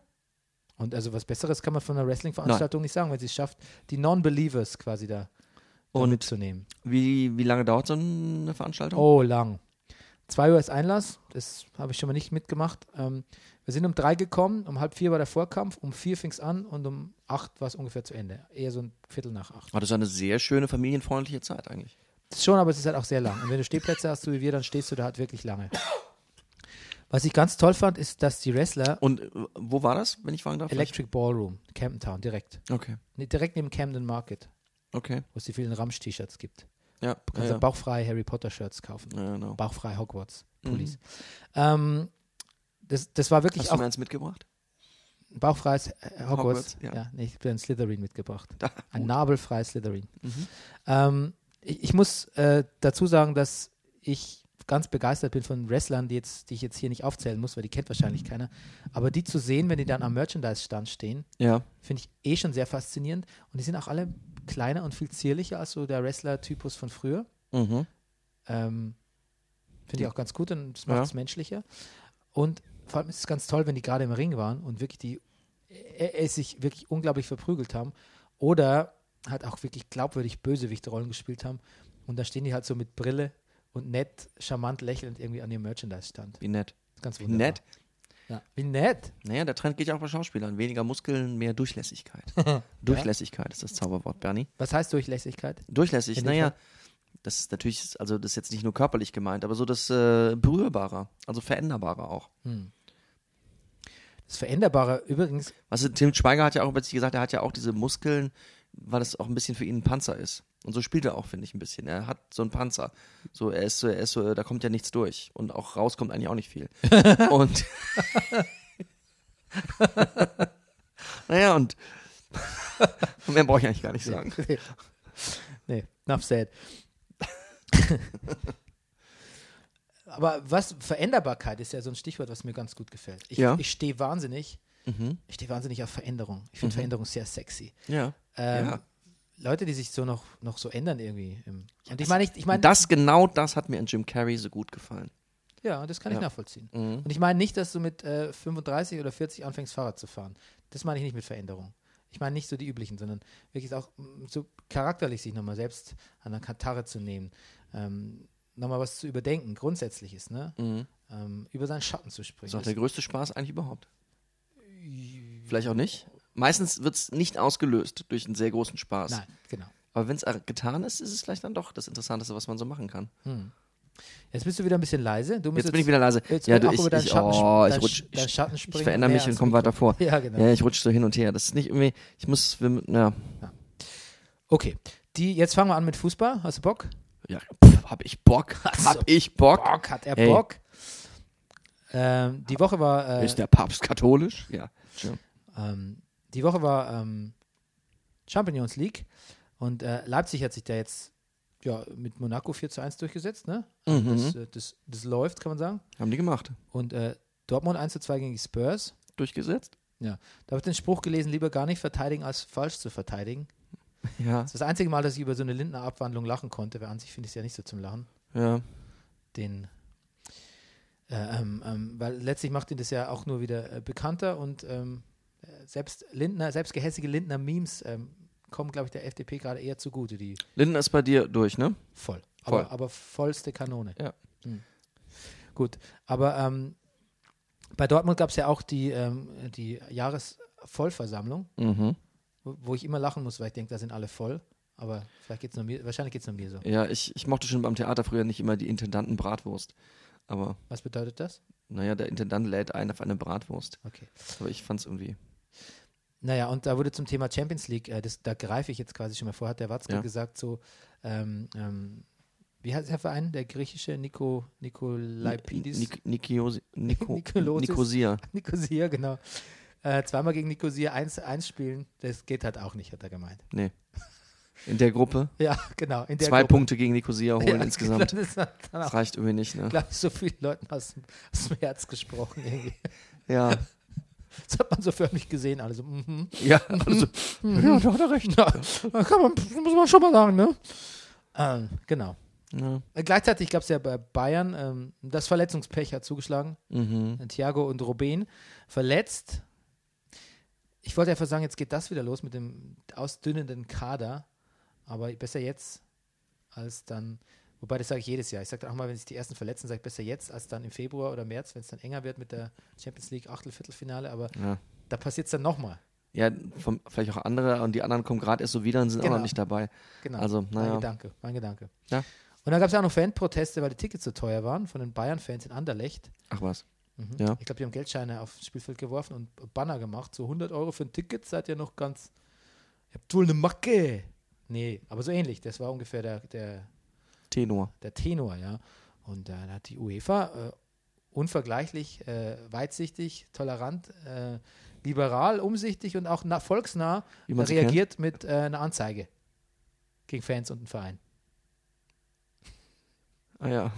[SPEAKER 2] Und also was Besseres kann man von einer Wrestling-Veranstaltung nicht sagen, wenn sie es schafft, die Non-Believers quasi da, da
[SPEAKER 1] Und-
[SPEAKER 2] mitzunehmen.
[SPEAKER 1] Wie, wie lange dauert so eine Veranstaltung?
[SPEAKER 2] Oh, lang. 2 Uhr ist Einlass, das habe ich schon mal nicht mitgemacht. Ähm, wir sind um drei gekommen, um halb vier war der Vorkampf, um vier fing es an und um acht war es ungefähr zu Ende. Eher so ein Viertel nach acht.
[SPEAKER 1] War das eine sehr schöne, familienfreundliche Zeit eigentlich.
[SPEAKER 2] Das schon, aber es ist halt auch sehr lang. Und wenn du Stehplätze hast, so wie wir, dann stehst du da halt wirklich lange. Was ich ganz toll fand, ist, dass die Wrestler
[SPEAKER 1] Und äh, wo war das, wenn ich fragen darf?
[SPEAKER 2] Electric Ballroom, Camden Town, direkt.
[SPEAKER 1] Okay.
[SPEAKER 2] Nee, direkt neben Camden Market,
[SPEAKER 1] Okay.
[SPEAKER 2] wo es die vielen Ramsch-T-Shirts gibt.
[SPEAKER 1] Ja.
[SPEAKER 2] Du kannst
[SPEAKER 1] ja,
[SPEAKER 2] ja. bauchfrei Harry Potter-Shirts kaufen.
[SPEAKER 1] ja. Mhm. ja genau.
[SPEAKER 2] Bauchfrei Hogwarts-Pullis. Ähm, das, das war wirklich
[SPEAKER 1] Hast du
[SPEAKER 2] auch
[SPEAKER 1] mir eins mitgebracht?
[SPEAKER 2] bauchfreies äh, Hogwarts.
[SPEAKER 1] Hogwarts, ja.
[SPEAKER 2] nee, ich habe einen Slytherin mitgebracht.
[SPEAKER 1] Da, Mhm.
[SPEAKER 2] Ein nabelfreies Slytherin. Ähm, ich, ich muss äh, dazu sagen, dass ich ganz begeistert bin von Wrestlern, die, jetzt, die ich jetzt hier nicht aufzählen muss, weil die kennt wahrscheinlich keiner. Aber die zu sehen, wenn die dann am Merchandise-Stand stehen,
[SPEAKER 1] ja.
[SPEAKER 2] finde ich eh schon sehr faszinierend. Und die sind auch alle kleiner und viel zierlicher als so der Wrestler-Typus von früher.
[SPEAKER 1] Mhm.
[SPEAKER 2] Ähm, Finde ich auch ganz gut und das macht
[SPEAKER 1] Ja.
[SPEAKER 2] es menschlicher. Und vor allem ist es ganz toll, wenn die gerade im Ring waren und wirklich die äh, äh, sich wirklich unglaublich verprügelt haben oder halt auch wirklich glaubwürdig Bösewichtrollen gespielt haben. Und da stehen die halt so mit Brille und nett, charmant lächelnd irgendwie an ihrem Merchandise-Stand.
[SPEAKER 1] Wie nett.
[SPEAKER 2] Ganz
[SPEAKER 1] Wie
[SPEAKER 2] wunderbar.
[SPEAKER 1] nett.
[SPEAKER 2] Ja. Wie nett.
[SPEAKER 1] Naja, der Trend geht ja auch bei Schauspielern. Weniger Muskeln, mehr Durchlässigkeit. Durchlässigkeit ist das Zauberwort, Bernie.
[SPEAKER 2] Was heißt Durchlässigkeit?
[SPEAKER 1] Durchlässig,
[SPEAKER 2] In dem
[SPEAKER 1] naja, das ist natürlich, also das ist jetzt nicht nur körperlich gemeint, aber so das äh, berührbarer, also veränderbarer auch.
[SPEAKER 2] Das Veränderbare übrigens,
[SPEAKER 1] Weißt du, Tim Schweiger hat ja auch plötzlich gesagt, er hat ja auch diese Muskeln, weil das auch ein bisschen für ihn ein Panzer ist. Und so spielt er auch, finde ich, ein bisschen. Er hat so einen Panzer. So, er ist so, er ist so, da kommt ja nichts durch. Und auch raus kommt eigentlich auch nicht viel. und. naja, und. Mehr brauche ich eigentlich gar nicht sagen.
[SPEAKER 2] nee, enough said. Aber was Veränderbarkeit ist ja so ein Stichwort, was mir ganz gut gefällt. Ich,
[SPEAKER 1] Ja.
[SPEAKER 2] ich stehe wahnsinnig, ich stehe wahnsinnig auf Veränderung. Ich finde Veränderung sehr sexy.
[SPEAKER 1] Ja.
[SPEAKER 2] Ähm,
[SPEAKER 1] ja.
[SPEAKER 2] Leute, die sich so noch, noch so ändern irgendwie. im- Und ich meine, ich, ich meine,
[SPEAKER 1] das, genau das hat mir an Jim Carrey so gut gefallen.
[SPEAKER 2] ja, das kann ich
[SPEAKER 1] Ja. Mhm.
[SPEAKER 2] nachvollziehen. Und ich meine nicht, dass du mit äh, 35 oder 40 anfängst, Fahrrad zu fahren. Das meine ich nicht mit Veränderung. Ich meine nicht so die üblichen, sondern wirklich auch mm, so charakterlich sich nochmal selbst an der Kartarre zu nehmen, ähm, nochmal was zu überdenken, grundsätzliches, ne?
[SPEAKER 1] Mhm.
[SPEAKER 2] Ähm, über seinen Schatten zu springen.
[SPEAKER 1] Das ist Äh, auch der größte Spaß eigentlich überhaupt. Vielleicht auch nicht. Meistens wird es nicht ausgelöst durch einen sehr großen Spaß.
[SPEAKER 2] Nein, genau.
[SPEAKER 1] Aber wenn es getan ist, ist es vielleicht dann doch das Interessanteste, was man so machen kann.
[SPEAKER 2] Jetzt bist du wieder ein bisschen leise. Du musst
[SPEAKER 1] Jetzt bin ich wieder leise.
[SPEAKER 2] Jetzt
[SPEAKER 1] Ja,
[SPEAKER 2] ja,
[SPEAKER 1] du,
[SPEAKER 2] auch
[SPEAKER 1] ich-
[SPEAKER 2] über deinen
[SPEAKER 1] ich-
[SPEAKER 2] Schatten,
[SPEAKER 1] oh, ich
[SPEAKER 2] dein,
[SPEAKER 1] rutsch-
[SPEAKER 2] dein
[SPEAKER 1] ich-
[SPEAKER 2] Schatten
[SPEAKER 1] Ich
[SPEAKER 2] springen.
[SPEAKER 1] verändere mich
[SPEAKER 2] mehr
[SPEAKER 1] und
[SPEAKER 2] ans
[SPEAKER 1] komme weiter
[SPEAKER 2] Mikro.
[SPEAKER 1] vor.
[SPEAKER 2] Ja, genau.
[SPEAKER 1] Ja, ich rutsche so hin und her. Das ist nicht irgendwie, ich muss, wir- ja,
[SPEAKER 2] Okay, die, jetzt fangen wir an mit Fußball. Hast du Bock?
[SPEAKER 1] ja pff, hab ich Bock,
[SPEAKER 2] Also,
[SPEAKER 1] hab ich Bock.
[SPEAKER 2] Bock, hat er
[SPEAKER 1] Ey.
[SPEAKER 2] Bock. Ähm, die Woche war, äh,
[SPEAKER 1] Ist der Papst katholisch? Ja.
[SPEAKER 2] ähm, die Woche war ähm, Champions League und äh, Leipzig hat sich da jetzt ja, mit Monaco 4 zu 1 durchgesetzt. Ne? Also Das, äh, das, das läuft, kann man sagen.
[SPEAKER 1] Mhm. Haben die gemacht.
[SPEAKER 2] Und äh, Dortmund 1 zu 2 gegen die Spurs.
[SPEAKER 1] Durchgesetzt?
[SPEAKER 2] Ja, da habe ich den Spruch gelesen, lieber gar nicht verteidigen, als falsch zu verteidigen.
[SPEAKER 1] Ja.
[SPEAKER 2] Das ist das einzige Mal, dass ich über so eine Lindner-Abwandlung lachen konnte, weil an sich finde ich es ja nicht so zum Lachen.
[SPEAKER 1] Ja.
[SPEAKER 2] den, äh, ähm, ähm, weil letztlich macht ihn das ja auch nur wieder äh, bekannter und ähm, äh, selbst Lindner, selbst gehässige Lindner-Memes ähm, kommen, glaube ich, der FDP gerade eher zugute, die
[SPEAKER 1] Linden ist bei dir durch, ne?
[SPEAKER 2] voll.
[SPEAKER 1] Voll.
[SPEAKER 2] Aber, aber vollste Kanone.
[SPEAKER 1] Ja.
[SPEAKER 2] Hm. Gut, aber ähm, bei Dortmund gab es ja auch die, ähm, die Jahresvollversammlung,
[SPEAKER 1] Mhm.
[SPEAKER 2] wo, wo ich immer lachen muss, weil ich denke, da sind alle voll. Aber vielleicht geht's nur mir, wahrscheinlich geht es nur mir so.
[SPEAKER 1] Ja, ich, ich mochte schon beim Theater früher nicht immer die Intendanten-Bratwurst. Aber,
[SPEAKER 2] Was bedeutet das?
[SPEAKER 1] naja, der Intendant lädt ein auf eine Bratwurst.
[SPEAKER 2] Okay.
[SPEAKER 1] Aber ich fand's irgendwie.
[SPEAKER 2] Naja, und da wurde zum Thema Champions League, äh, das, da greife ich jetzt quasi schon mal vor, hat der Watzke
[SPEAKER 1] Ja.
[SPEAKER 2] gesagt, so, ähm, ähm, wie heißt der Verein? Der griechische Nico, Nikolaipidis?
[SPEAKER 1] Nik Nikiosi Niko
[SPEAKER 2] Nikolosis.
[SPEAKER 1] Nikosia.
[SPEAKER 2] Nikosia, genau. Äh, zweimal gegen Nikosia 1-1 spielen, das geht halt auch nicht, hat er gemeint.
[SPEAKER 1] Nee. in der Gruppe.
[SPEAKER 2] Ja, genau. In der
[SPEAKER 1] Zwei
[SPEAKER 2] Gruppe.
[SPEAKER 1] Punkte gegen Nicosia holen
[SPEAKER 2] Ja,
[SPEAKER 1] insgesamt.
[SPEAKER 2] Das ist dann
[SPEAKER 1] Das
[SPEAKER 2] auch
[SPEAKER 1] reicht irgendwie nicht, ne?
[SPEAKER 2] gleich so vielen Leuten aus dem, aus dem Herz gesprochen. Irgendwie.
[SPEAKER 1] Ja.
[SPEAKER 2] Das hat man so förmlich gesehen. Also, mhm.
[SPEAKER 1] Ja, also,
[SPEAKER 2] ja, da hat er recht. Ja, kann man, muss man schon mal sagen, ne? Ähm, genau.
[SPEAKER 1] ne?
[SPEAKER 2] Äh, Gleichzeitig gab es ja bei Bayern, ähm, das Verletzungspech hat zugeschlagen.
[SPEAKER 1] Mhm.
[SPEAKER 2] Thiago und Robben verletzt. Ich wollte einfach sagen, jetzt geht das wieder los mit dem ausdünnenden Kader. Aber besser jetzt als dann. Wobei, das sage ich jedes Jahr. Ich sage dann auch mal, wenn sich die ersten verletzen, sage ich besser jetzt als dann im Februar oder März, wenn es dann enger wird mit der Champions League Achtelfinale. Aber
[SPEAKER 1] Ja.
[SPEAKER 2] da passiert es dann nochmal.
[SPEAKER 1] Ja, vom, vielleicht auch andere und die anderen kommen gerade erst so wieder und sind auch
[SPEAKER 2] Genau.
[SPEAKER 1] noch nicht dabei.
[SPEAKER 2] Genau.
[SPEAKER 1] Also,
[SPEAKER 2] Mein
[SPEAKER 1] naja.
[SPEAKER 2] Gedanke, mein Gedanke.
[SPEAKER 1] Ja.
[SPEAKER 2] Und dann gab es ja auch noch Fanproteste, weil die Tickets so teuer waren von den Bayern-Fans in Anderlecht.
[SPEAKER 1] Ach was. Ja.
[SPEAKER 2] Mhm. Ich glaube, die haben Geldscheine aufs Spielfeld geworfen und Banner gemacht. So 100 Euro für ein Ticket seid ihr noch ganz. Ihr habt wohl eine Macke. Nee, aber so ähnlich. Das war ungefähr der, der,
[SPEAKER 1] Tenor.
[SPEAKER 2] der Tenor, ja. Und dann hat die UEFA äh, unvergleichlich äh, weitsichtig, tolerant, äh, liberal, umsichtig und auch na, volksnah
[SPEAKER 1] Wie man sie
[SPEAKER 2] reagiert mit äh, einer Anzeige gegen Fans und den Verein.
[SPEAKER 1] Ah ja.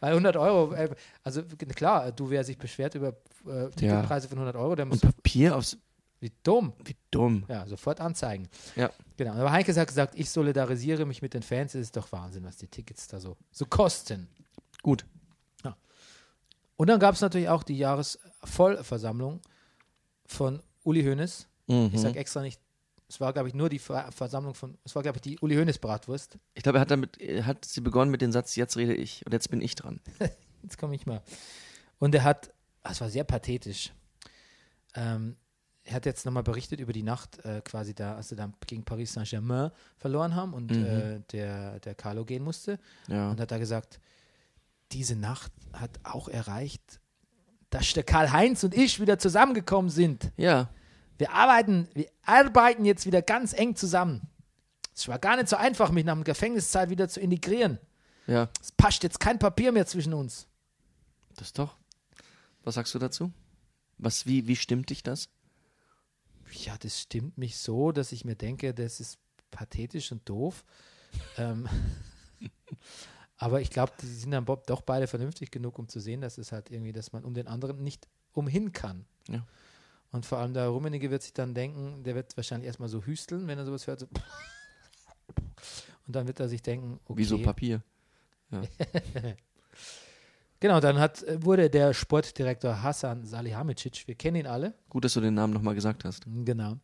[SPEAKER 2] Weil 100 Euro, äh, also g- klar, du, wer sich beschwert über äh, Ticketpreise von 100 Euro, der muss,
[SPEAKER 1] Und Papier aufs.
[SPEAKER 2] wie dumm.
[SPEAKER 1] Wie dumm.
[SPEAKER 2] Ja, sofort anzeigen.
[SPEAKER 1] Ja.
[SPEAKER 2] Genau. Aber Heinke hat gesagt, ich solidarisiere mich mit den Fans. Es ist doch Wahnsinn, was die Tickets da so, so kosten.
[SPEAKER 1] Gut.
[SPEAKER 2] Und dann gab es natürlich auch die Jahresvollversammlung von Uli Hoeneß.
[SPEAKER 1] Mhm.
[SPEAKER 2] Ich sage extra nicht, es war, glaube ich, nur die Ver Versammlung von, es war, glaube ich, die Uli Hoeneß Bratwurst.
[SPEAKER 1] Ich glaube, er hat damit, er hat sie begonnen mit dem Satz, jetzt rede ich und jetzt bin ich dran.
[SPEAKER 2] Jetzt komme ich mal. Und er hat, ah, es war sehr pathetisch. Ähm, er hat jetzt nochmal berichtet über die Nacht, äh, quasi da, als sie dann gegen Paris Saint-Germain verloren haben und
[SPEAKER 1] Mhm.
[SPEAKER 2] äh, der, der Carlo gehen musste.
[SPEAKER 1] Ja.
[SPEAKER 2] Und hat da gesagt, diese Nacht hat auch erreicht, dass der Karl-Heinz und ich wieder zusammengekommen sind.
[SPEAKER 1] Ja.
[SPEAKER 2] Wir arbeiten, wir arbeiten jetzt wieder ganz eng zusammen. Es war gar nicht so einfach, mich nach dem Gefängniszeit wieder zu integrieren.
[SPEAKER 1] Ja.
[SPEAKER 2] Es passt jetzt kein Papier mehr zwischen uns.
[SPEAKER 1] Das doch. Was sagst du dazu? Was, wie, wie stimmt dich das?
[SPEAKER 2] Ja, das stimmt mich so, dass ich mir denke, das ist pathetisch und doof. ähm, aber ich glaube, die sind dann Bob doch beide vernünftig genug, um zu sehen, dass es halt irgendwie, dass man um den anderen nicht umhin kann.
[SPEAKER 1] Ja.
[SPEAKER 2] Und vor allem der Rummenigge wird sich dann denken, der wird wahrscheinlich erstmal so hüsteln, wenn er sowas hört. So und dann wird er sich denken, okay.
[SPEAKER 1] Wieso Papier?
[SPEAKER 2] Genau, dann hat, wurde der Sportdirektor Hassan Salihamidzic, wir kennen ihn alle,
[SPEAKER 1] Gut, dass du den Namen nochmal gesagt hast.
[SPEAKER 2] genau,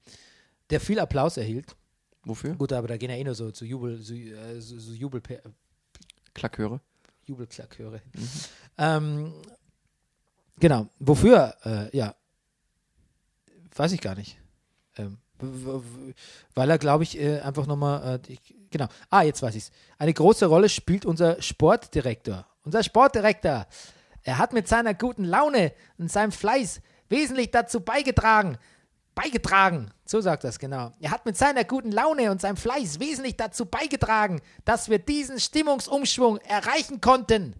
[SPEAKER 2] der viel Applaus erhielt.
[SPEAKER 1] Wofür?
[SPEAKER 2] Gut, aber da gehen ja eh nur so, so Jubel, so, äh, so, so Jubel, äh,
[SPEAKER 1] Klackhöre.
[SPEAKER 2] Jubelklackhöre. Ähm, genau. Wofür? Äh, ja. Weiß ich gar nicht. Ähm, w- w- w- weil er, glaube ich, äh, einfach nochmal. Äh, ich- genau. Ah, jetzt weiß ich es. Eine große Rolle spielt unser Sportdirektor. Unser Sportdirektor. Er hat mit seiner guten Laune und seinem Fleiß wesentlich dazu beigetragen. Beigetragen, so sagt das genau. Er hat mit seiner guten Laune und seinem Fleiß wesentlich dazu beigetragen, dass wir diesen Stimmungsumschwung erreichen konnten.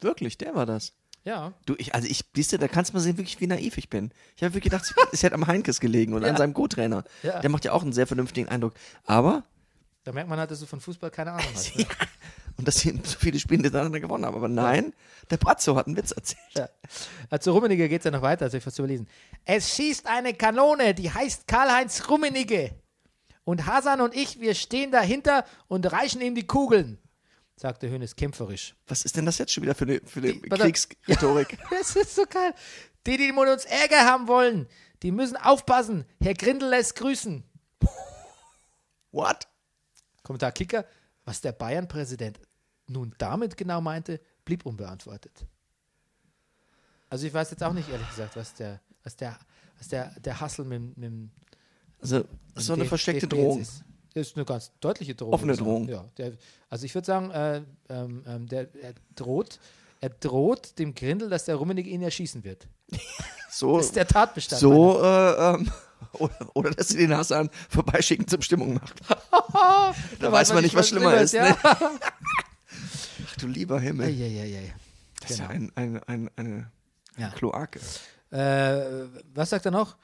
[SPEAKER 1] Wirklich, der war das.
[SPEAKER 2] Ja.
[SPEAKER 1] Du, ich, also ich, siehst du, da kannst du mal sehen, wirklich, wie naiv ich bin. Ich habe wirklich gedacht, es hätte am Heinkes gelegen und an seinem Co-Trainer.
[SPEAKER 2] Ja.
[SPEAKER 1] Der macht ja auch einen sehr vernünftigen Eindruck. Aber,
[SPEAKER 2] Da merkt man halt, dass du von Fußball keine Ahnung hast. ne?
[SPEAKER 1] und dass sie so viele Spiele hintereinander gewonnen haben, aber nein, der Brazzo hat einen Witz erzählt.
[SPEAKER 2] ja. Also Rummenigge geht es ja noch weiter, also ich fast überlesen. Es schießt eine Kanone, die heißt Karl-Heinz Rummenigge. Und Hasan und ich, wir stehen dahinter und reichen ihm die Kugeln, sagte Hönes kämpferisch.
[SPEAKER 1] Was ist denn das jetzt schon wieder für eine, für eine
[SPEAKER 2] warte.
[SPEAKER 1] Kriegsrhetorik?
[SPEAKER 2] Das ist so geil. Die, die mit uns Ärger haben wollen, die müssen aufpassen. Herr Grindel lässt grüßen.
[SPEAKER 1] What?
[SPEAKER 2] Kommentar Kicker, was der Bayern-Präsident nun damit genau meinte, blieb unbeantwortet. Also ich weiß jetzt auch nicht ehrlich gesagt, was der, was der, was der, der Hassel mit, dem- mit dem
[SPEAKER 1] Also, das ist so eine
[SPEAKER 2] DF-
[SPEAKER 1] versteckte
[SPEAKER 2] DFB jetzt
[SPEAKER 1] Drohung.
[SPEAKER 2] Ist. Das ist eine ganz deutliche Drohung.
[SPEAKER 1] Offene
[SPEAKER 2] würde ich
[SPEAKER 1] Drohung.
[SPEAKER 2] sagen. Ja, der, also ich würde sagen, äh, ähm, ähm, der, er droht, er droht dem Grindel, dass der Rummenigge ihn erschießen wird.
[SPEAKER 1] So,
[SPEAKER 2] Das ist der Tatbestand.
[SPEAKER 1] so äh, ähm, oder, oder dass sie den Hassan vorbeischicken zum Stimmung machen. da weiß man nicht, was schlimmer ist. Ne?
[SPEAKER 2] Ja.
[SPEAKER 1] Ach du lieber Himmel.
[SPEAKER 2] Ja, ja, ja, ja.
[SPEAKER 1] Das ist ja
[SPEAKER 2] genau.
[SPEAKER 1] ein, ein, ein, eine
[SPEAKER 2] Ja.
[SPEAKER 1] Kloake.
[SPEAKER 2] Äh, was sagt er noch?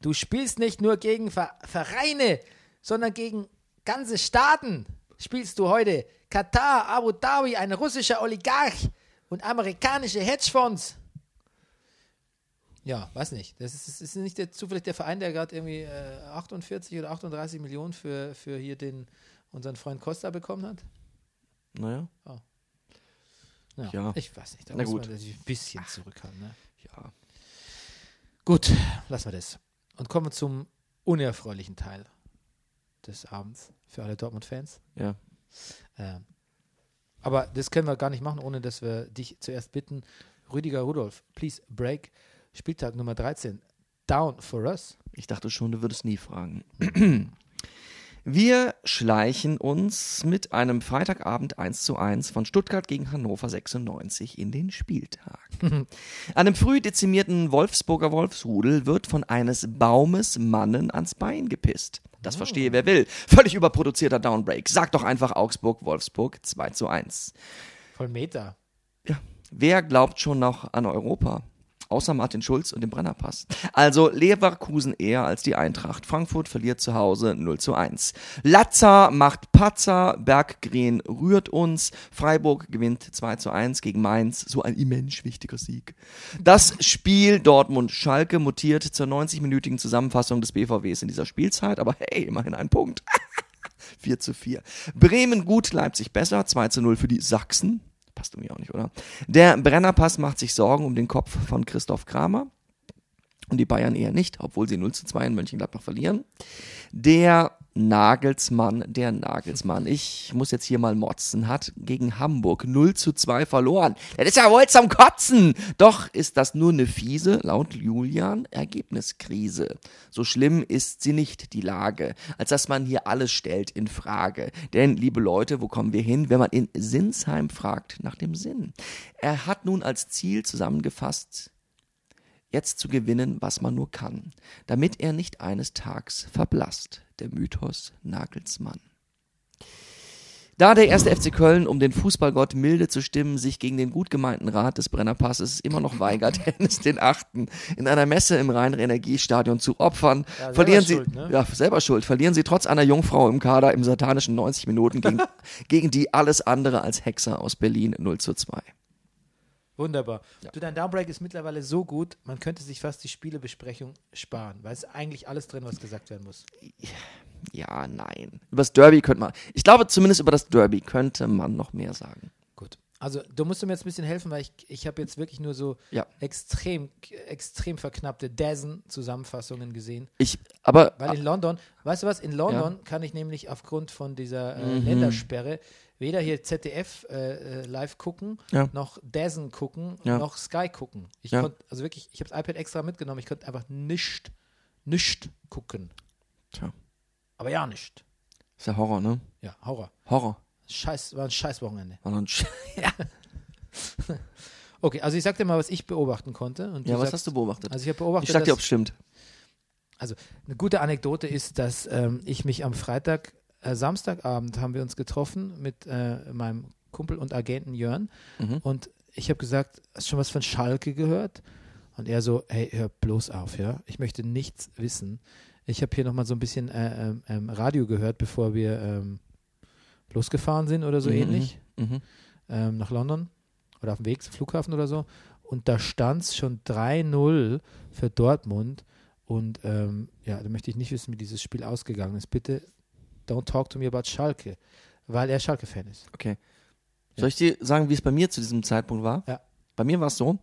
[SPEAKER 2] Du spielst nicht nur gegen Ver Vereine, sondern gegen ganze Staaten spielst du heute. Katar, Abu Dhabi, ein russischer Oligarch und amerikanische Hedgefonds. Ja, weiß nicht. Das ist, das ist nicht der, zufällig der Verein, der gerade irgendwie äh, 48 oder 38 Millionen für, für hier den unseren Freund Costa bekommen hat.
[SPEAKER 1] Naja.
[SPEAKER 2] Ja,
[SPEAKER 1] Ja.
[SPEAKER 2] Ich weiß nicht. Da
[SPEAKER 1] Na
[SPEAKER 2] muss
[SPEAKER 1] gut.
[SPEAKER 2] man sich ein bisschen zurückhalten. Ne?
[SPEAKER 1] Ja.
[SPEAKER 2] Gut, lassen wir das. Und kommen wir zum unerfreulichen Teil des Abends für alle Dortmund-Fans.
[SPEAKER 1] Ja.
[SPEAKER 2] Ähm, aber das können wir gar nicht machen, ohne dass wir dich zuerst bitten. Rüdiger Rudolf, please break. Spieltag Nummer 13. Down for us.
[SPEAKER 1] Ich dachte schon, du würdest nie fragen. Wir schleichen uns mit einem Freitagabend 1 zu 1 von Stuttgart gegen Hannover 96 in den Spieltag. An dem früh dezimierten Wolfsburger Wolfsrudel wird von eines Baumes Mannen ans Bein gepisst. Das verstehe wer will. Völlig überproduzierter Downbreak. Sag doch einfach Augsburg, Wolfsburg 2 zu 1.
[SPEAKER 2] Voll Meter.
[SPEAKER 1] Ja. Wer glaubt schon noch an Europa? Außer Martin Schulz und dem Brennerpass. Also Leverkusen eher als die Eintracht. Frankfurt verliert zu Hause 0 zu 1. Latzer macht Patzer, Berggren rührt uns, Freiburg gewinnt 2 zu 1 gegen Mainz. So ein immens wichtiger Sieg. Das Spiel Dortmund-Schalke mutiert zur 90-minütigen Zusammenfassung des BVWs in dieser Spielzeit, aber hey, immerhin ein Punkt. 4 zu 4. Bremen gut, Leipzig besser, 2 zu 0 für die Sachsen. Passt irgendwie auch nicht, oder? Der Brennerpass macht sich Sorgen um den Kopf von Christoph Kramer. Und die Bayern eher nicht, obwohl sie 0 zu 2 in Mönchengladbach verlieren. Der Nagelsmann, der Nagelsmann. Ich muss jetzt hier mal motzen. Hat gegen Hamburg 0 zu 2 verloren. Das ist ja wohl zum Kotzen. Doch ist das nur eine fiese, laut Julian, Ergebniskrise. So schlimm ist sie nicht, die Lage, als dass man hier alles stellt in Frage. Denn, liebe Leute, wo kommen wir hin, wenn man in Sinsheim fragt nach dem Sinn? Er hat nun als Ziel zusammengefasst, jetzt zu gewinnen, was man nur kann, damit er nicht eines Tags verblasst. Der Mythos Nagelsmann. Da der erste FC Köln, um den Fußballgott milde zu stimmen, sich gegen den gut gemeinten Rat des Brennerpasses immer noch weigert, Hennes den Achten in einer Messe im Rhein Energiestadion zu opfern,
[SPEAKER 2] selber
[SPEAKER 1] verlieren sie
[SPEAKER 2] schuld, ne?
[SPEAKER 1] ja selber schuld, verlieren sie trotz einer Jungfrau im Kader im satanischen 90 Minuten gegen, gegen die alles andere als Hexer aus Berlin 0 zu 2.
[SPEAKER 2] Wunderbar. Du, dein Downbreak ist mittlerweile so gut, man könnte sich fast die Spielebesprechung sparen, weil es ist eigentlich alles drin, was gesagt werden muss.
[SPEAKER 1] Ja, nein. Über das Derby könnte man. Ich glaube, zumindest über das Derby könnte man noch mehr sagen.
[SPEAKER 2] Gut. Also, du musst mir jetzt ein bisschen helfen, weil ich, ich habe jetzt wirklich nur so
[SPEAKER 1] Ja.
[SPEAKER 2] extrem, extrem verknappte Dazen-Zusammenfassungen gesehen.
[SPEAKER 1] Ich, aber
[SPEAKER 2] Weil in London, weißt du was, in London kann ich nämlich aufgrund von dieser äh,
[SPEAKER 1] Mhm.
[SPEAKER 2] Ländersperre weder hier ZDF äh, äh, live gucken,
[SPEAKER 1] Ja.
[SPEAKER 2] noch Dazen gucken,
[SPEAKER 1] Ja.
[SPEAKER 2] noch Sky gucken. Ich
[SPEAKER 1] Ja.
[SPEAKER 2] konnt, also wirklich, ich habe das iPad extra mitgenommen, ich konnte einfach nicht, nicht gucken.
[SPEAKER 1] ah, Tja.
[SPEAKER 2] Aber ja, nicht.
[SPEAKER 1] ist ja Horror, ne?
[SPEAKER 2] Ja, Horror.
[SPEAKER 1] Horror.
[SPEAKER 2] Scheiß, war ein scheiß Wochenende.
[SPEAKER 1] War noch ein Sch-
[SPEAKER 2] Okay, also ich sag dir mal, was ich beobachten konnte. Und
[SPEAKER 1] ja, was
[SPEAKER 2] sagst,
[SPEAKER 1] hast du beobachtet?
[SPEAKER 2] Also ich habe beobachtet,
[SPEAKER 1] ich sag dir,
[SPEAKER 2] dass-
[SPEAKER 1] ob es stimmt.
[SPEAKER 2] Also eine gute Anekdote ist, dass ähm, ich mich am Freitag, äh, Samstagabend haben wir uns getroffen mit äh, meinem Kumpel und Agenten Jörn
[SPEAKER 1] Mhm.
[SPEAKER 2] und ich habe gesagt, hast du schon was von Schalke gehört? Und er so, hey, hör bloß auf, ja, ich möchte nichts wissen. Ich habe hier nochmal so ein bisschen äh, ähm, ähm, Radio gehört, bevor wir ähm, losgefahren sind oder so
[SPEAKER 1] Mhm,
[SPEAKER 2] ähnlich
[SPEAKER 1] Mhm.
[SPEAKER 2] ähm, nach London oder auf dem Weg zum Flughafen oder so. Und da stand es schon 3-0 für Dortmund. Und ähm, ja, da möchte ich nicht wissen, wie dieses Spiel ausgegangen ist. Bitte don't talk to me about Schalke, weil er Schalke-Fan ist.
[SPEAKER 1] Okay. Soll ich dir sagen, wie es bei mir zu diesem Zeitpunkt war?
[SPEAKER 2] Ja.
[SPEAKER 1] Bei mir war es so.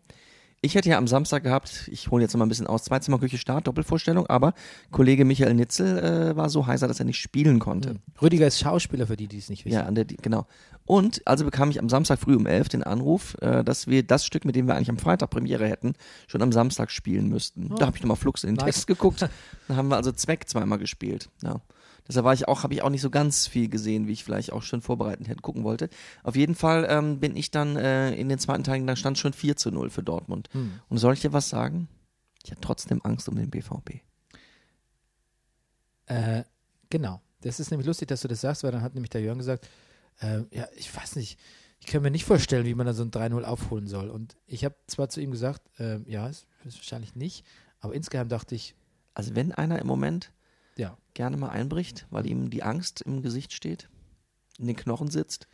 [SPEAKER 1] Ich hätte ja am Samstag gehabt, ich hole jetzt noch mal ein bisschen aus, Zweizimmerküche Start, Doppelvorstellung, aber Kollege Michael Nitzel äh, war so heiser, dass er nicht spielen konnte.
[SPEAKER 2] Rüdiger ist Schauspieler, für die, die es nicht wissen.
[SPEAKER 1] Hm. Ja, an der, Di- genau. Und also bekam ich am Samstag früh um 11 den Anruf, äh, dass wir das Stück, mit dem wir eigentlich am Freitag Premiere hätten, schon am Samstag spielen müssten. Da habe ich nochmal flugs in den
[SPEAKER 2] Nice.
[SPEAKER 1] Text geguckt. Dann haben wir also Zweck zweimal gespielt. Ja. Deshalb war ich auch, habe ich auch nicht so ganz viel gesehen, wie ich vielleicht auch schon vorbereitend hätte gucken wollte. Auf jeden Fall ähm, bin ich dann äh, in den zweiten Tagen, da stand schon 4 zu 0 für Dortmund.
[SPEAKER 2] Hm.
[SPEAKER 1] Und soll ich dir was sagen? Ich habe trotzdem Angst um den BVB.
[SPEAKER 2] Äh, genau. Das ist nämlich lustig, dass du das sagst, weil dann hat nämlich der Jörn gesagt, äh, ja, ich weiß nicht, ich kann mir nicht vorstellen, wie man da so ein 3-0 aufholen soll. Und ich habe zwar zu ihm gesagt, ähm, äh, ja, ist, ist wahrscheinlich nicht, aber insgeheim dachte ich,
[SPEAKER 1] Also wenn einer im Moment
[SPEAKER 2] Ja.
[SPEAKER 1] gerne mal einbricht, weil ihm die Angst im Gesicht steht, in den Knochen sitzt.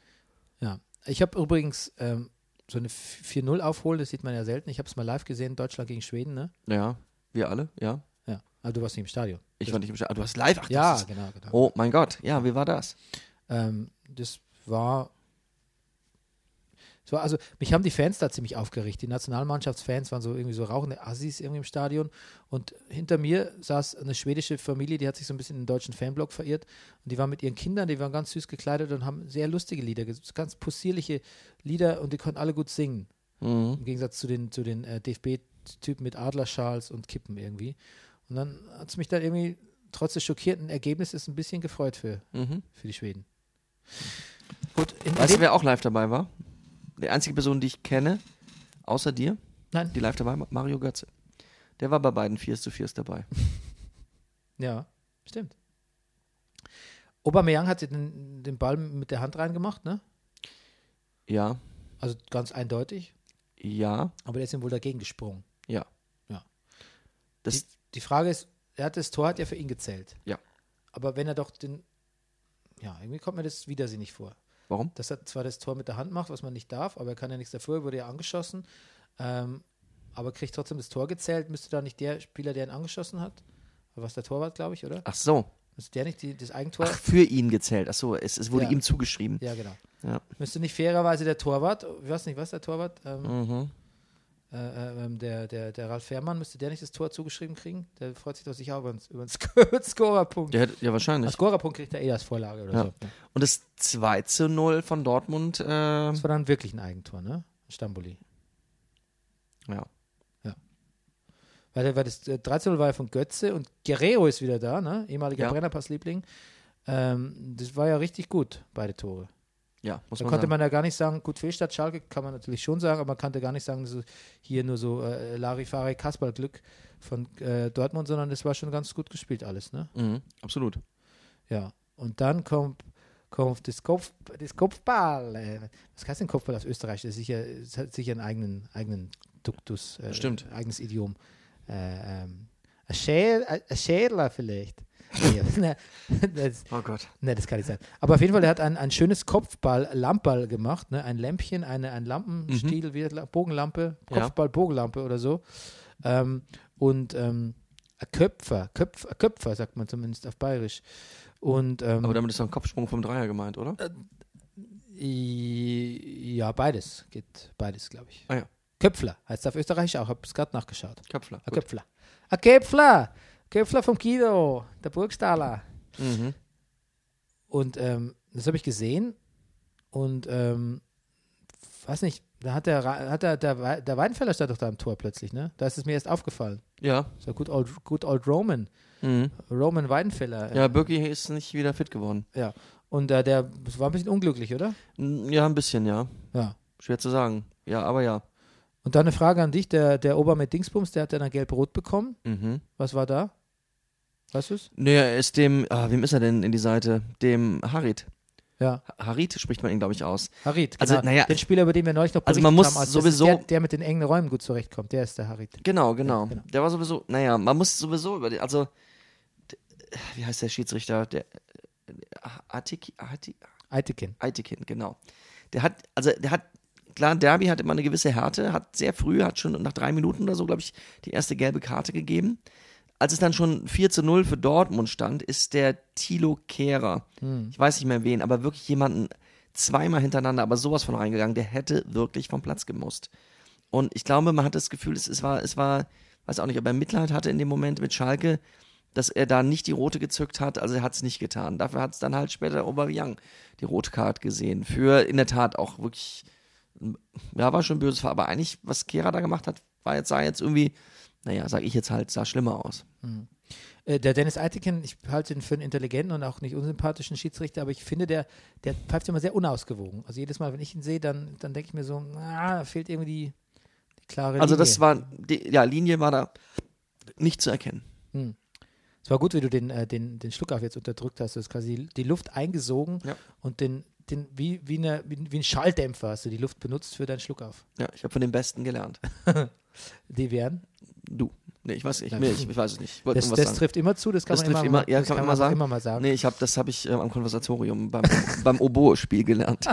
[SPEAKER 2] Ja. Ich habe übrigens ähm, so eine 4-0 aufholen, das sieht man ja selten. Ich habe es mal live gesehen, Deutschland gegen Schweden, ne?
[SPEAKER 1] Ja, wir alle, ja.
[SPEAKER 2] Ja. Aber du warst nicht im Stadion.
[SPEAKER 1] Ich war nicht im Sta- Ah, Du hast live, ach, das
[SPEAKER 2] Ja,
[SPEAKER 1] ist,
[SPEAKER 2] genau, genau.
[SPEAKER 1] Oh mein Gott, ja, wie war das?
[SPEAKER 2] Ähm, das war. Es war also, mich haben die Fans da ziemlich aufgeregt. Die Nationalmannschaftsfans waren so irgendwie so rauchende Assis irgendwie im Stadion. Und hinter mir saß eine schwedische Familie, die hat sich so ein bisschen in den deutschen Fanblock verirrt. Und die waren mit ihren Kindern, die waren ganz süß gekleidet und haben sehr lustige Lieder, ges- ganz possierliche Lieder und die konnten alle gut singen.
[SPEAKER 1] Mhm,
[SPEAKER 2] Im Gegensatz zu den, zu den äh, DFB-Typen mit Adlerschals und Kippen irgendwie. Und dann hat es mich dann irgendwie trotz des schockierten Ergebnisses ein bisschen gefreut für, für die Schweden. Gut, in
[SPEAKER 1] mhm. Weißt du,
[SPEAKER 2] dem-
[SPEAKER 1] wer auch live dabei war? Die einzige Person, die ich kenne, außer dir,
[SPEAKER 2] Nein.
[SPEAKER 1] die live dabei war, Mario Götze. Der war bei beiden 4 zu 4 dabei.
[SPEAKER 2] Ja, stimmt. Aubameyang hat ja den, den Ball mit der Hand reingemacht, ne?
[SPEAKER 1] Ja,
[SPEAKER 2] Also ganz eindeutig.
[SPEAKER 1] ja,
[SPEAKER 2] Aber der ist ihm wohl dagegen gesprungen.
[SPEAKER 1] ja.
[SPEAKER 2] Ja. Die,
[SPEAKER 1] Das,
[SPEAKER 2] die Frage ist, er hat das Tor hat ja für ihn gezählt.
[SPEAKER 1] ja.
[SPEAKER 2] Aber wenn er doch den. Ja, irgendwie kommt mir das widersinnig vor.
[SPEAKER 1] Warum?
[SPEAKER 2] dass er zwar das Tor mit der Hand macht, was man nicht darf, aber er kann ja nichts dafür, er wurde ja angeschossen, ähm, aber kriegt trotzdem das Tor gezählt. Müsste da nicht der Spieler, der ihn angeschossen hat, oder was der Torwart, glaube ich, oder?
[SPEAKER 1] Ach so.
[SPEAKER 2] Müsste der nicht die, das Eigentor?
[SPEAKER 1] Ach, für ihn gezählt. Ach so, es, es wurde
[SPEAKER 2] Ja.
[SPEAKER 1] ihm zugeschrieben.
[SPEAKER 2] Ja, genau.
[SPEAKER 1] Ja.
[SPEAKER 2] Müsste nicht fairerweise der Torwart, ich weiß nicht, was der Torwart, ähm,
[SPEAKER 1] Mhm.
[SPEAKER 2] äh, äh, ähm, der, der, der Ralf Fährmann, müsste der nicht das Tor zugeschrieben kriegen? Der freut sich doch sicher auch über einen, über einen Sc- Scorerpunkt.
[SPEAKER 1] Der hat, ja, wahrscheinlich.
[SPEAKER 2] Als Scorerpunkt kriegt er eh als Vorlage oder
[SPEAKER 1] Ja.
[SPEAKER 2] so.
[SPEAKER 1] Und das 2 zu 0 von Dortmund, äh, ja.
[SPEAKER 2] Das war dann wirklich ein Eigentor, ne? Stamboli. Weil, der- weil das äh, 13 war ja von Götze und Guerrero ist wieder da, ne? ehemaliger
[SPEAKER 1] Ja.
[SPEAKER 2] Brennerpass-Liebling. Ähm, das war ja richtig gut, beide Tore.
[SPEAKER 1] Ja, muss
[SPEAKER 2] Da
[SPEAKER 1] man
[SPEAKER 2] konnte
[SPEAKER 1] sagen.
[SPEAKER 2] man ja gar nicht sagen, gut, Fehlstadt, Schalke kann man natürlich schon sagen, aber man konnte gar nicht sagen, so, hier nur so äh, Larifari, Kasperl-Glück von äh, Dortmund, sondern das war schon ganz gut gespielt alles. Ne?
[SPEAKER 1] Mhm, absolut.
[SPEAKER 2] Ja. Und dann kommt, kommt das, Kopf, das Kopfball. Äh, was heißt denn Kopfball aus Österreich? Das, ist sicher, das hat sicher einen eigenen, eigenen Duktus. Äh,
[SPEAKER 1] Stimmt.
[SPEAKER 2] Eigenes Idiom. Äh, ähm, ein, Schädel, ein ein Schädler vielleicht. Nee, ne, das,
[SPEAKER 1] Oh Gott.
[SPEAKER 2] ne, das kann nicht sein. Aber auf jeden Fall, der hat ein, ein schönes Kopfball, Lampball gemacht, ne? ein Lämpchen, eine, ein Lampenstiel, wie La- Bogenlampe,
[SPEAKER 1] Mhm. Ja.
[SPEAKER 2] Kopfball, Bogenlampe oder so. Ähm, und ähm, ein Köpfer, Köpf, ein Köpfer, sagt man zumindest auf Bayerisch. Und, ähm,
[SPEAKER 1] Aber damit ist doch ein Kopfsprung vom Dreier gemeint, oder?
[SPEAKER 2] Äh, I- Ja, beides. Geht beides, glaube ich.
[SPEAKER 1] Ah ja,
[SPEAKER 2] Köpfler heißt es auf Österreich auch. Habe es gerade nachgeschaut.
[SPEAKER 1] Köpfler.
[SPEAKER 2] A
[SPEAKER 1] Gut.
[SPEAKER 2] Köpfler. A Köpfler! Köpfler vom Kido, der Burgstaller.
[SPEAKER 1] Mhm.
[SPEAKER 2] Und ähm, das habe ich gesehen. Und ähm, weiß nicht, da hat der, Ra- hat der, der, Wei- der Weinfeller stand doch da am Tor plötzlich, ne? Da ist es mir erst aufgefallen.
[SPEAKER 1] Ja.
[SPEAKER 2] So good old, good old Roman.
[SPEAKER 1] Mhm.
[SPEAKER 2] Roman Weinfeller.
[SPEAKER 1] Ja, Birki ist nicht wieder fit geworden.
[SPEAKER 2] ja. Und äh, der das war ein bisschen unglücklich, oder?
[SPEAKER 1] N- Ja, ein bisschen, ja.
[SPEAKER 2] Ja.
[SPEAKER 1] Schwer zu sagen. Ja, aber ja.
[SPEAKER 2] Und dann eine Frage an dich, der, der Ober mit Dingsbums, der hat ja dann gelb-rot bekommen.
[SPEAKER 1] Mhm.
[SPEAKER 2] Was war da? Weißt du es?
[SPEAKER 1] Nee, er ist dem, ah, wem ist er denn in die Seite? Dem Harit.
[SPEAKER 2] Ja,
[SPEAKER 1] Harit spricht man ihn, glaube ich, aus.
[SPEAKER 2] Harit. Genau.
[SPEAKER 1] Also, naja,
[SPEAKER 2] den Spieler, über den wir neulich noch
[SPEAKER 1] also
[SPEAKER 2] berichtet
[SPEAKER 1] man
[SPEAKER 2] haben,
[SPEAKER 1] muss
[SPEAKER 2] das
[SPEAKER 1] sowieso-
[SPEAKER 2] ist der, der mit den engen Räumen gut zurechtkommt, der ist der Harit.
[SPEAKER 1] Genau, genau.
[SPEAKER 2] Ja, genau.
[SPEAKER 1] Der war sowieso, naja, man muss sowieso über den, also, d- wie heißt der Schiedsrichter? Der, äh, Atiki, Atiki,
[SPEAKER 2] Eitekin.
[SPEAKER 1] Eitekin, genau. Der hat, also der hat, klar, ein Derby hat immer eine gewisse Härte, hat sehr früh, hat schon nach drei Minuten oder so, glaube ich, die erste gelbe Karte gegeben. Als es dann schon 4 zu 0 für Dortmund stand, ist der Thilo Kehrer, ich weiß nicht mehr wen, aber wirklich jemanden zweimal hintereinander, aber sowas von reingegangen, der hätte wirklich vom Platz gemusst. Und ich glaube, man hat das Gefühl, es, es war, es war, weiß auch nicht, ob er Mitleid hatte in dem Moment mit Schalke, dass er da nicht die rote gezückt hat, also er hat es nicht getan. Dafür hat es dann halt später Aubameyang die rote Karte gesehen. Für in der Tat auch wirklich, ja, war schon böses, Ver- aber eigentlich, was Kehra da gemacht hat, war jetzt, sah jetzt irgendwie, naja, sag ich jetzt halt, sah schlimmer aus.
[SPEAKER 2] Äh, der Dennis Eitekin, ich halte ihn für einen intelligenten und auch nicht unsympathischen Schiedsrichter, aber ich finde, der, der pfeift immer sehr unausgewogen. Also jedes Mal, wenn ich ihn sehe, dann, dann denke ich mir so, na, da fehlt irgendwie die, die klare
[SPEAKER 1] Also
[SPEAKER 2] Linie.
[SPEAKER 1] das war, die, ja, Linie war da nicht zu erkennen.
[SPEAKER 2] Es war gut, wie du den, äh, den, den Schluckauf jetzt unterdrückt hast. Du hast quasi die Luft eingesogen
[SPEAKER 1] Ja.
[SPEAKER 2] und den, den, wie, wie, eine, wie, wie ein Schalldämpfer hast du die Luft benutzt für deinen Schluckauf.
[SPEAKER 1] Ja, ich habe von dem Besten gelernt.
[SPEAKER 2] Die wären
[SPEAKER 1] Du. Nee, ich weiß, ich, nee, ich, ich weiß es nicht. Ich wollte
[SPEAKER 2] Das,
[SPEAKER 1] irgendwas
[SPEAKER 2] das
[SPEAKER 1] sagen.
[SPEAKER 2] trifft immer zu, das kann
[SPEAKER 1] das
[SPEAKER 2] man
[SPEAKER 1] trifft
[SPEAKER 2] immer,
[SPEAKER 1] immer, ja,
[SPEAKER 2] das
[SPEAKER 1] kann man immer sagen.
[SPEAKER 2] immer mal sagen.
[SPEAKER 1] Nee, ich habe, das habe ich ähm, am Konversatorium beim, beim Oboe-Spiel gelernt.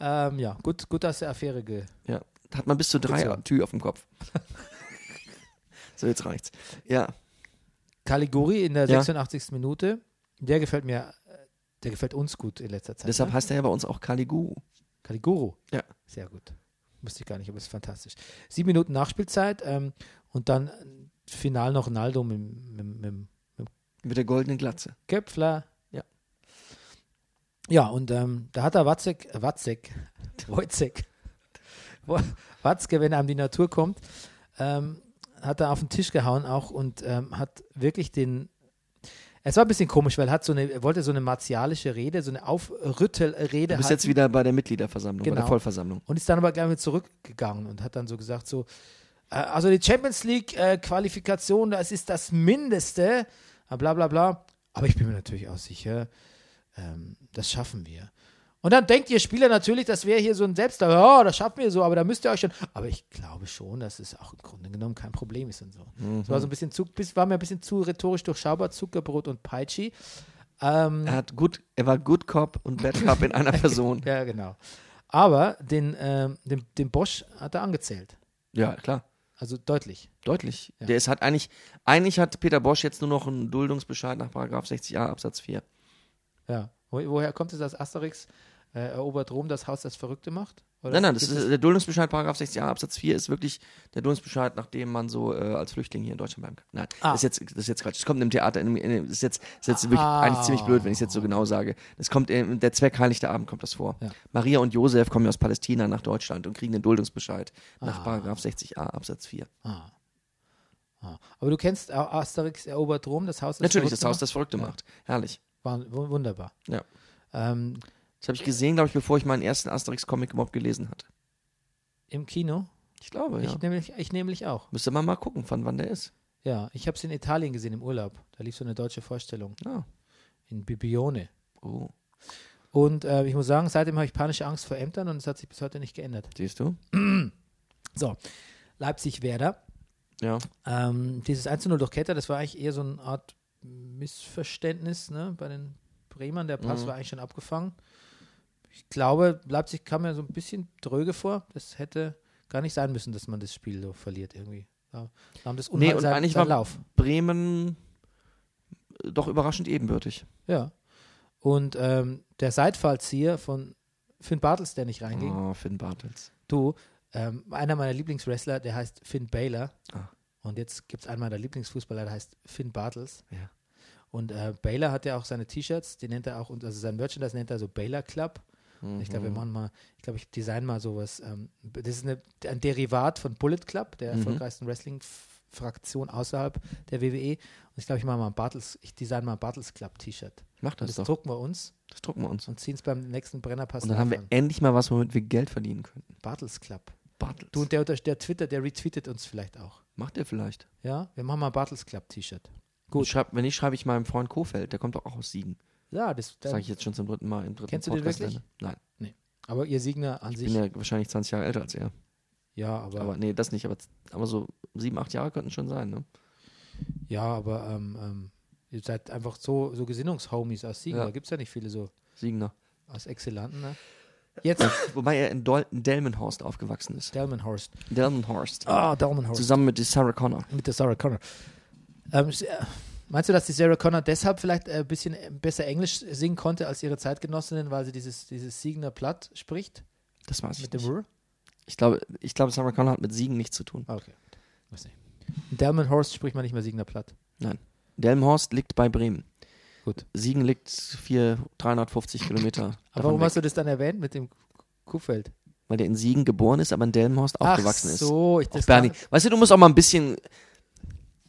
[SPEAKER 2] Ähm, ja, gut, gut, dass der Affäre ge.
[SPEAKER 1] Ja, da hat man bis zu drei Tü auf dem Kopf. so, jetzt reicht's. Ja,
[SPEAKER 2] Caliguri in der
[SPEAKER 1] Ja.
[SPEAKER 2] 86. Minute, der gefällt mir, äh, der gefällt uns gut in letzter Zeit.
[SPEAKER 1] deshalb
[SPEAKER 2] ne?
[SPEAKER 1] heißt er ja bei uns auch Caligu.
[SPEAKER 2] Caliguro.
[SPEAKER 1] Ja.
[SPEAKER 2] Sehr gut. Wusste ich gar nicht, aber ist fantastisch. Sieben Minuten Nachspielzeit ähm, und dann äh, final noch Naldo mit, mit, mit, mit
[SPEAKER 1] Mit der goldenen Glatze.
[SPEAKER 2] Köpfler.
[SPEAKER 1] Ja.
[SPEAKER 2] Ja, und ähm, da hat er Watzek, Watzek, Wojcek, Wo- Watzke, wenn er an die Natur kommt, ähm, hat er auf den Tisch gehauen auch und ähm, hat wirklich den. Es war ein bisschen komisch, weil er, hat so eine, er wollte so eine martialische Rede, so eine Aufrüttelrede halt
[SPEAKER 1] Du bist
[SPEAKER 2] halten
[SPEAKER 1] jetzt wieder bei der Mitgliederversammlung, bei
[SPEAKER 2] Genau.
[SPEAKER 1] der Vollversammlung.
[SPEAKER 2] und ist dann aber gleich wieder zurückgegangen und hat dann so gesagt so äh, also die Champions League äh, Qualifikation das ist das Mindeste äh, bla bla bla aber ich bin mir natürlich auch sicher ähm, das schaffen wir und dann denkt ihr Spieler natürlich das wäre hier so ein Selbst ja das schaffen wir so aber da müsst ihr euch schon aber ich glaube schon dass es auch im Grunde genommen kein Problem ist und so es war so ein bisschen zu bis, war mir ein bisschen zu rhetorisch durchschaubar Zuckerbrot und Peitschi ähm,
[SPEAKER 1] Er hat gut, er war Good Cop und Bad Cop in einer Person.
[SPEAKER 2] ja genau aber den, ähm, den, den Bosch hat er angezählt.
[SPEAKER 1] Ja, klar.
[SPEAKER 2] Also deutlich.
[SPEAKER 1] Deutlich. Der ist hat eigentlich, eigentlich hat Peter Bosch jetzt nur noch einen Duldungsbescheid nach Paragraph 60a Absatz 4.
[SPEAKER 2] Ja. Wo, woher kommt es, dass Asterix äh, erobert Rom das Haus, das Verrückte macht? Oder
[SPEAKER 1] Nein, nein, das
[SPEAKER 2] gibt
[SPEAKER 1] ist, der Duldungsbescheid Paragraph 60a Absatz 4 ist wirklich der Duldungsbescheid, nach dem man so äh, als Flüchtling hier in Deutschland bleiben kann. Nein,
[SPEAKER 2] Ah.
[SPEAKER 1] das ist jetzt das ist jetzt Quatsch. Das kommt im Theater in, in, das ist jetzt, das ist jetzt wirklich
[SPEAKER 2] Ah.
[SPEAKER 1] eigentlich ziemlich blöd, wenn ich es jetzt so genau sage. Das kommt im, der Zweckheiligte Abend kommt das vor.
[SPEAKER 2] Ja.
[SPEAKER 1] Maria und Josef kommen ja aus Palästina nach Deutschland und kriegen den Duldungsbescheid nach Paragraph 60a Absatz 4.
[SPEAKER 2] Ah. Aber du kennst A- Asterix erobert Rom, das Haus, das
[SPEAKER 1] Natürlich das
[SPEAKER 2] Verrückte
[SPEAKER 1] Haus, das Verrückte macht. Herrlich.
[SPEAKER 2] macht? War wu- wunderbar.
[SPEAKER 1] Ja.
[SPEAKER 2] Ähm,
[SPEAKER 1] Das habe ich gesehen, glaube ich, bevor ich meinen ersten Asterix Comic überhaupt gelesen hatte.
[SPEAKER 2] Im Kino.
[SPEAKER 1] Ich glaube, Oh, ja.
[SPEAKER 2] Ich, nämlich, ich nämlich auch.
[SPEAKER 1] Müsste man mal gucken, von wann der ist.
[SPEAKER 2] Ja, ich habe es in Italien gesehen, im Urlaub. Da lief so eine deutsche Vorstellung
[SPEAKER 1] Ja.
[SPEAKER 2] in Bibione.
[SPEAKER 1] Ah. Oh,
[SPEAKER 2] Und äh, ich muss sagen, seitdem habe ich panische Angst vor Ämtern und es hat sich bis heute nicht geändert.
[SPEAKER 1] siehst du?
[SPEAKER 2] So, Leipzig-Werder.
[SPEAKER 1] Ja.
[SPEAKER 2] Ähm, dieses 1-0 durch Ketter, das war eigentlich eher so eine Art Missverständnis ne? bei den Bremern. Der
[SPEAKER 1] Mhm.
[SPEAKER 2] Pass war eigentlich schon abgefangen. Ich glaube, Leipzig kam mir so ein bisschen dröge vor. Das hätte gar nicht sein müssen, dass man das Spiel so verliert irgendwie. Da da haben das
[SPEAKER 1] Nee,
[SPEAKER 2] Unheil
[SPEAKER 1] und
[SPEAKER 2] seinen-
[SPEAKER 1] eigentlich
[SPEAKER 2] seinen
[SPEAKER 1] war-
[SPEAKER 2] Lauf.
[SPEAKER 1] Bremen äh, doch überraschend ebenbürtig.
[SPEAKER 2] Ja. Und ähm, der Seitfallzieher von Finn Bartels, der nicht reinging,
[SPEAKER 1] Oh, Finn Bartels.
[SPEAKER 2] du, ähm, einer meiner Lieblingswrestler, der heißt Finn Baylor.
[SPEAKER 1] Ah.
[SPEAKER 2] Und jetzt gibt es einen meiner Lieblingsfußballer, der heißt Finn Bartels.
[SPEAKER 1] Ja.
[SPEAKER 2] Und äh, Baylor hat ja auch seine T-Shirts, die nennt er auch, und also sein Merchandise nennt er so Baylor Club. Und Ich
[SPEAKER 1] Mhm.
[SPEAKER 2] glaube, wir machen mal, ich glaube, ich design mal sowas. Ähm, das ist eine, ein Derivat von Bullet Club,
[SPEAKER 1] Mhm.
[SPEAKER 2] der erfolgreichsten Wrestling-Fraktion außerhalb der WWE. Und ich glaube, ich mache mal ein Bartels, ich design mal ein Bartels Club-T-Shirt.
[SPEAKER 1] Mach
[SPEAKER 2] Und
[SPEAKER 1] das,
[SPEAKER 2] das
[SPEAKER 1] doch.
[SPEAKER 2] drucken wir uns
[SPEAKER 1] Das drucken wir uns. Und
[SPEAKER 2] und ziehen es beim nächsten Brennerpass
[SPEAKER 1] dann haben wir
[SPEAKER 2] an.
[SPEAKER 1] endlich mal was, womit wir Geld verdienen können.
[SPEAKER 2] Bartels Club.
[SPEAKER 1] Bartels.
[SPEAKER 2] Du und der, unter- der Twitter, der retweetet uns vielleicht auch.
[SPEAKER 1] Macht der vielleicht.
[SPEAKER 2] Ja, wir machen mal ein Bartels Club T-Shirt.
[SPEAKER 1] Gut. Schreib, wenn nicht, schreibe ich meinem Freund Kofeld. Der kommt doch auch aus Siegen.
[SPEAKER 2] Ja, das
[SPEAKER 1] Das
[SPEAKER 2] dann,
[SPEAKER 1] sage ich jetzt schon zum dritten Mal im dritten
[SPEAKER 2] Kennst du den
[SPEAKER 1] Podcast.
[SPEAKER 2] wirklich?
[SPEAKER 1] Ende. Nein.
[SPEAKER 2] nee. Aber ihr Siegner an
[SPEAKER 1] Ich
[SPEAKER 2] sich,
[SPEAKER 1] bin
[SPEAKER 2] ja,
[SPEAKER 1] ja wahrscheinlich 20 Jahre älter als er.
[SPEAKER 2] aber,
[SPEAKER 1] Aber nee, das nicht. Aber, aber so sieben, acht Jahre könnten schon sein, ne?
[SPEAKER 2] ja, aber ähm, ähm, ihr seid einfach so, so Gesinnungshomies aus Siegen.
[SPEAKER 1] Ja.
[SPEAKER 2] Da gibt es ja nicht viele so
[SPEAKER 1] Siegener.
[SPEAKER 2] aus Exzellanten. Ne? Jetzt
[SPEAKER 1] Wobei er in Dol Delmenhorst aufgewachsen ist.
[SPEAKER 2] Delmenhorst.
[SPEAKER 1] Delmenhorst.
[SPEAKER 2] Ah, Delmenhorst.
[SPEAKER 1] Zusammen mit Sarah Connor.
[SPEAKER 2] Mit der Sarah Connor. Ähm, s- äh, meinst du, dass die Sarah Connor deshalb vielleicht ein bisschen besser Englisch singen konnte als ihre Zeitgenossinnen, weil sie dieses, dieses Siegner Platt spricht?
[SPEAKER 1] Das weiß ich
[SPEAKER 2] Mit dem
[SPEAKER 1] nicht.
[SPEAKER 2] R?
[SPEAKER 1] Ich glaube, ich glaube, Sarah Connor hat mit Siegen nichts zu tun.
[SPEAKER 2] Ah, okay. Weiß nicht. In Delmenhorst spricht man nicht mehr Siegner Platt.
[SPEAKER 1] Nein. Delmenhorst liegt bei Bremen.
[SPEAKER 2] Gut.
[SPEAKER 1] Siegen liegt vier, 350 Kilometer.
[SPEAKER 2] Aber warum
[SPEAKER 1] davon
[SPEAKER 2] hast du das dann erwähnt mit dem Kuhfeld?
[SPEAKER 1] Weil der in Siegen geboren ist, aber in Delmenhorst aufgewachsen
[SPEAKER 2] Ach
[SPEAKER 1] ist.
[SPEAKER 2] so, ich das
[SPEAKER 1] Auch Bernie. Weißt du, du musst auch mal ein bisschen.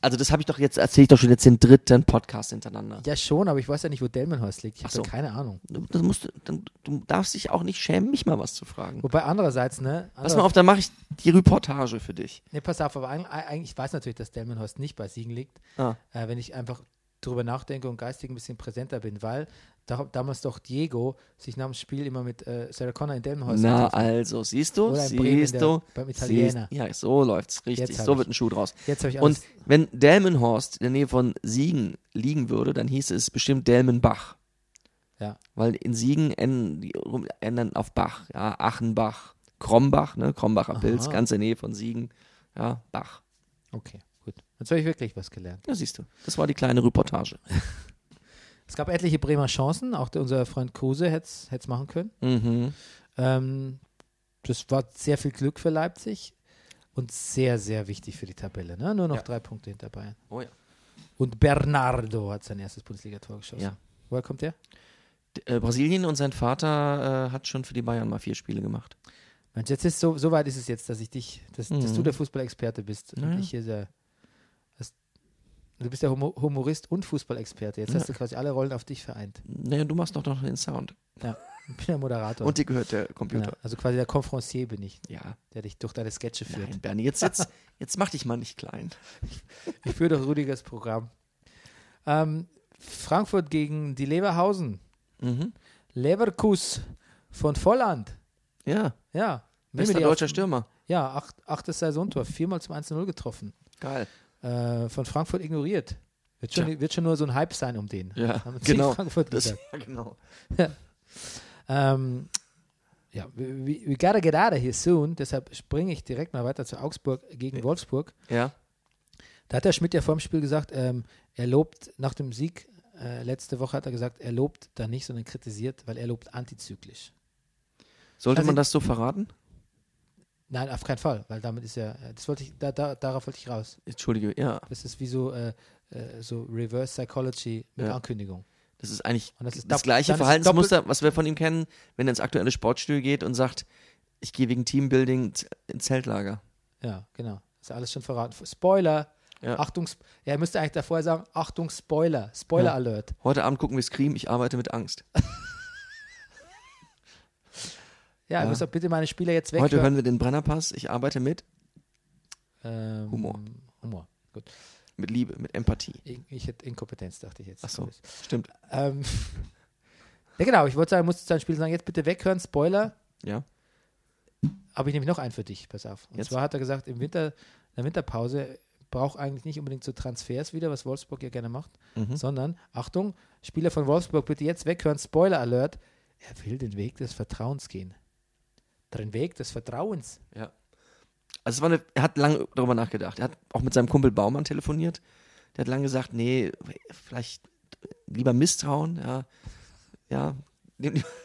[SPEAKER 1] Also, das habe ich doch jetzt, erzähle ich doch schon jetzt den dritten Podcast hintereinander.
[SPEAKER 2] Ja, schon, aber ich weiß ja nicht, wo Delmenhorst liegt. Ich
[SPEAKER 1] Ach
[SPEAKER 2] habe
[SPEAKER 1] so.
[SPEAKER 2] keine Ahnung.
[SPEAKER 1] Du, das musst du, dann, du darfst dich auch nicht schämen, mich mal was zu fragen.
[SPEAKER 2] Wobei andererseits, ne?
[SPEAKER 1] Pass
[SPEAKER 2] Anderer,
[SPEAKER 1] mal auf, dann mache ich die Reportage für dich.
[SPEAKER 2] Nee, pass auf, aber eigentlich, ich weiß natürlich, dass Delmenhorst nicht bei Siegen liegt.
[SPEAKER 1] Ah.
[SPEAKER 2] Äh, wenn ich einfach drüber nachdenke und geistig ein bisschen präsenter bin, weil da, damals doch Diego sich nach dem Spiel immer mit äh, Sarah Connor in Delmenhäuser
[SPEAKER 1] Na,
[SPEAKER 2] getroffen hat.
[SPEAKER 1] also, siehst du,
[SPEAKER 2] Oder in Bremen
[SPEAKER 1] siehst
[SPEAKER 2] der-
[SPEAKER 1] du,
[SPEAKER 2] beim
[SPEAKER 1] siehst,
[SPEAKER 2] Italiener.
[SPEAKER 1] ja, so läuft's richtig,
[SPEAKER 2] Jetzt hab
[SPEAKER 1] so
[SPEAKER 2] ich-
[SPEAKER 1] wird ein Schuh draus.
[SPEAKER 2] Jetzt habe ich
[SPEAKER 1] Und
[SPEAKER 2] alles.
[SPEAKER 1] wenn Delmenhorst in der Nähe von Siegen liegen würde, dann hieße es bestimmt Delmenbach.
[SPEAKER 2] Ja.
[SPEAKER 1] Weil in Siegen ändern, die rum- ändern auf Bach, ja, Achenbach, Krombach, ne, Krombacher Pilz, ganz in der Nähe von Siegen, ja, Bach.
[SPEAKER 2] Okay, gut. Jetzt habe ich wirklich was gelernt.
[SPEAKER 1] Ja, siehst du, das war die kleine Reportage.
[SPEAKER 2] Es gab etliche Bremer Chancen, auch der, unser Freund Kruse hätte es machen können.
[SPEAKER 1] Mhm.
[SPEAKER 2] Ähm, das war sehr viel Glück für Leipzig und sehr, sehr wichtig für die Tabelle. Ne? Nur noch drei Punkte hinter Bayern.
[SPEAKER 1] Oh ja.
[SPEAKER 2] Und Bernardo hat sein erstes Bundesliga-Tor geschossen.
[SPEAKER 1] Ja.
[SPEAKER 2] Woher kommt der?
[SPEAKER 1] D- Äh, Brasilien und sein Vater äh, hat schon für die Bayern mal vier Spiele gemacht.
[SPEAKER 2] Mensch, jetzt ist so, so weit ist es jetzt, dass ich dich, dass, dass
[SPEAKER 1] Mhm.
[SPEAKER 2] du der Fußballexperte bist und
[SPEAKER 1] Naja.
[SPEAKER 2] ich hier der, das, du bist der Humo- Humorist und Fußballexperte. Jetzt hast du quasi alle Rollen auf dich vereint.
[SPEAKER 1] Naja, du machst doch noch den Sound.
[SPEAKER 2] Ja, ich bin der Moderator.
[SPEAKER 1] Und dir gehört der
[SPEAKER 2] ja,
[SPEAKER 1] Computer.
[SPEAKER 2] also quasi der Confrancier bin ich,
[SPEAKER 1] Ja.
[SPEAKER 2] der dich durch deine Sketche führt.
[SPEAKER 1] Nein, Bernie, jetzt, jetzt, jetzt mach dich mal nicht klein.
[SPEAKER 2] Ich führe doch Rüdigers Programm. Ähm, Frankfurt gegen die Leverhausen.
[SPEAKER 1] Mhm.
[SPEAKER 2] Leverkus von Volland.
[SPEAKER 1] Ja,
[SPEAKER 2] Ja. nehmen wir
[SPEAKER 1] bester
[SPEAKER 2] die auf-
[SPEAKER 1] deutscher Stürmer.
[SPEAKER 2] Ja, acht, achtes Saisontor. Viermal zum 1-0 getroffen.
[SPEAKER 1] Geil.
[SPEAKER 2] Äh, von Frankfurt ignoriert. Wird schon, wird schon nur so ein Hype sein um den.
[SPEAKER 1] Ja,
[SPEAKER 2] Haben zehn
[SPEAKER 1] genau.
[SPEAKER 2] Frankfurt
[SPEAKER 1] Das,
[SPEAKER 2] gesagt.
[SPEAKER 1] ja, genau.
[SPEAKER 2] Ähm, ja, we, we gotta get out of here soon. Deshalb springe ich direkt mal weiter zu Augsburg gegen Wolfsburg.
[SPEAKER 1] Ja.
[SPEAKER 2] Da hat der Schmidt ja vor dem Spiel gesagt, ähm, er lobt nach dem Sieg, äh, letzte Woche hat er gesagt, er lobt da nicht, sondern kritisiert, weil er lobt antizyklisch.
[SPEAKER 1] Sollte
[SPEAKER 2] Also-
[SPEAKER 1] man das so verraten?
[SPEAKER 2] Nein, auf keinen Fall, weil damit ist ja, äh, das wollte ich, da, da, darauf wollte ich raus.
[SPEAKER 1] Entschuldige, ja.
[SPEAKER 2] Das ist wie so, äh, äh, so Reverse Psychology mit
[SPEAKER 1] Ja.
[SPEAKER 2] Ankündigung.
[SPEAKER 1] Das ist eigentlich
[SPEAKER 2] Und das
[SPEAKER 1] das,
[SPEAKER 2] ist dopp-
[SPEAKER 1] gleiche
[SPEAKER 2] dann ist
[SPEAKER 1] Verhaltensmuster, was wir von ihm kennen, wenn er ins aktuelle Sportstudio geht und sagt, ich gehe wegen Teambuilding z- ins Zeltlager.
[SPEAKER 2] Ja, genau. Ist alles schon verraten. Spoiler.
[SPEAKER 1] Ja.
[SPEAKER 2] Achtung, Sp- ja, er müsste eigentlich davor sagen, Achtung, Spoiler, Spoiler
[SPEAKER 1] Ja.
[SPEAKER 2] Alert.
[SPEAKER 1] Heute Abend gucken wir Scream, ich arbeite mit Angst.
[SPEAKER 2] Ja, ihr
[SPEAKER 1] Ja.
[SPEAKER 2] müsst doch bitte meine Spieler jetzt
[SPEAKER 1] Heute
[SPEAKER 2] weghören.
[SPEAKER 1] hören wir den Brennerpass, ich arbeite mit,
[SPEAKER 2] Ähm,
[SPEAKER 1] Humor.
[SPEAKER 2] Humor, gut.
[SPEAKER 1] mit Liebe, mit Empathie.
[SPEAKER 2] Ich, ich hätte Inkompetenz, dachte ich jetzt.
[SPEAKER 1] Ach so, stimmt.
[SPEAKER 2] Ähm, ja, genau, ich wollte sagen, musste zu einem Spiel sagen, jetzt bitte weghören, Spoiler,
[SPEAKER 1] Ja.
[SPEAKER 2] aber ich nehme noch einen für dich, pass auf. Und
[SPEAKER 1] Jetzt.
[SPEAKER 2] zwar hat er gesagt, im Winter, in der Winterpause braucht eigentlich nicht unbedingt so Transfers wieder, was Wolfsburg ja gerne macht,
[SPEAKER 1] Mhm.
[SPEAKER 2] sondern, Achtung, Spieler von Wolfsburg, bitte jetzt weghören, Spoiler Alert, er will den Weg des Vertrauens gehen. Den Weg des Vertrauens.
[SPEAKER 1] Also es war eine, er hat lange darüber nachgedacht. Er hat auch mit seinem Kumpel Baumann telefoniert. Der hat lange gesagt, nee, vielleicht lieber misstrauen, ja. Ja.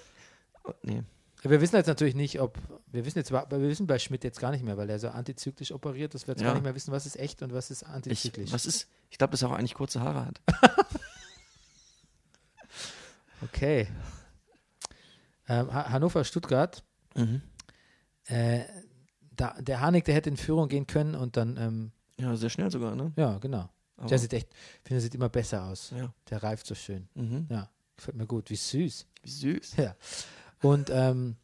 [SPEAKER 1] Nee.
[SPEAKER 2] Ja, wir wissen jetzt natürlich nicht, ob wir wissen jetzt überhaupt- wir wissen bei Schmidt jetzt gar nicht mehr, weil er so antizyklisch operiert, dass wir jetzt
[SPEAKER 1] Ja.
[SPEAKER 2] gar nicht mehr wissen, was ist echt und was ist
[SPEAKER 1] Ich,
[SPEAKER 2] antizyklisch.
[SPEAKER 1] was ist? Ich glaube, dass er auch eigentlich kurze Haare hat.
[SPEAKER 2] Okay. Ähm, ha Hannover, Stuttgart.
[SPEAKER 1] Mhm.
[SPEAKER 2] Äh, da, der Harnik, der hätte in Führung gehen können und dann, ähm,
[SPEAKER 1] Ja, sehr schnell sogar, ne?
[SPEAKER 2] ja, genau.
[SPEAKER 1] Aber-
[SPEAKER 2] Der sieht echt, ich finde, der sieht immer besser aus.
[SPEAKER 1] Ja.
[SPEAKER 2] Der reift so schön.
[SPEAKER 1] Mhm.
[SPEAKER 2] Ja, gefällt mir gut. Wie süß.
[SPEAKER 1] Wie süß.
[SPEAKER 2] Ja. Und ähm,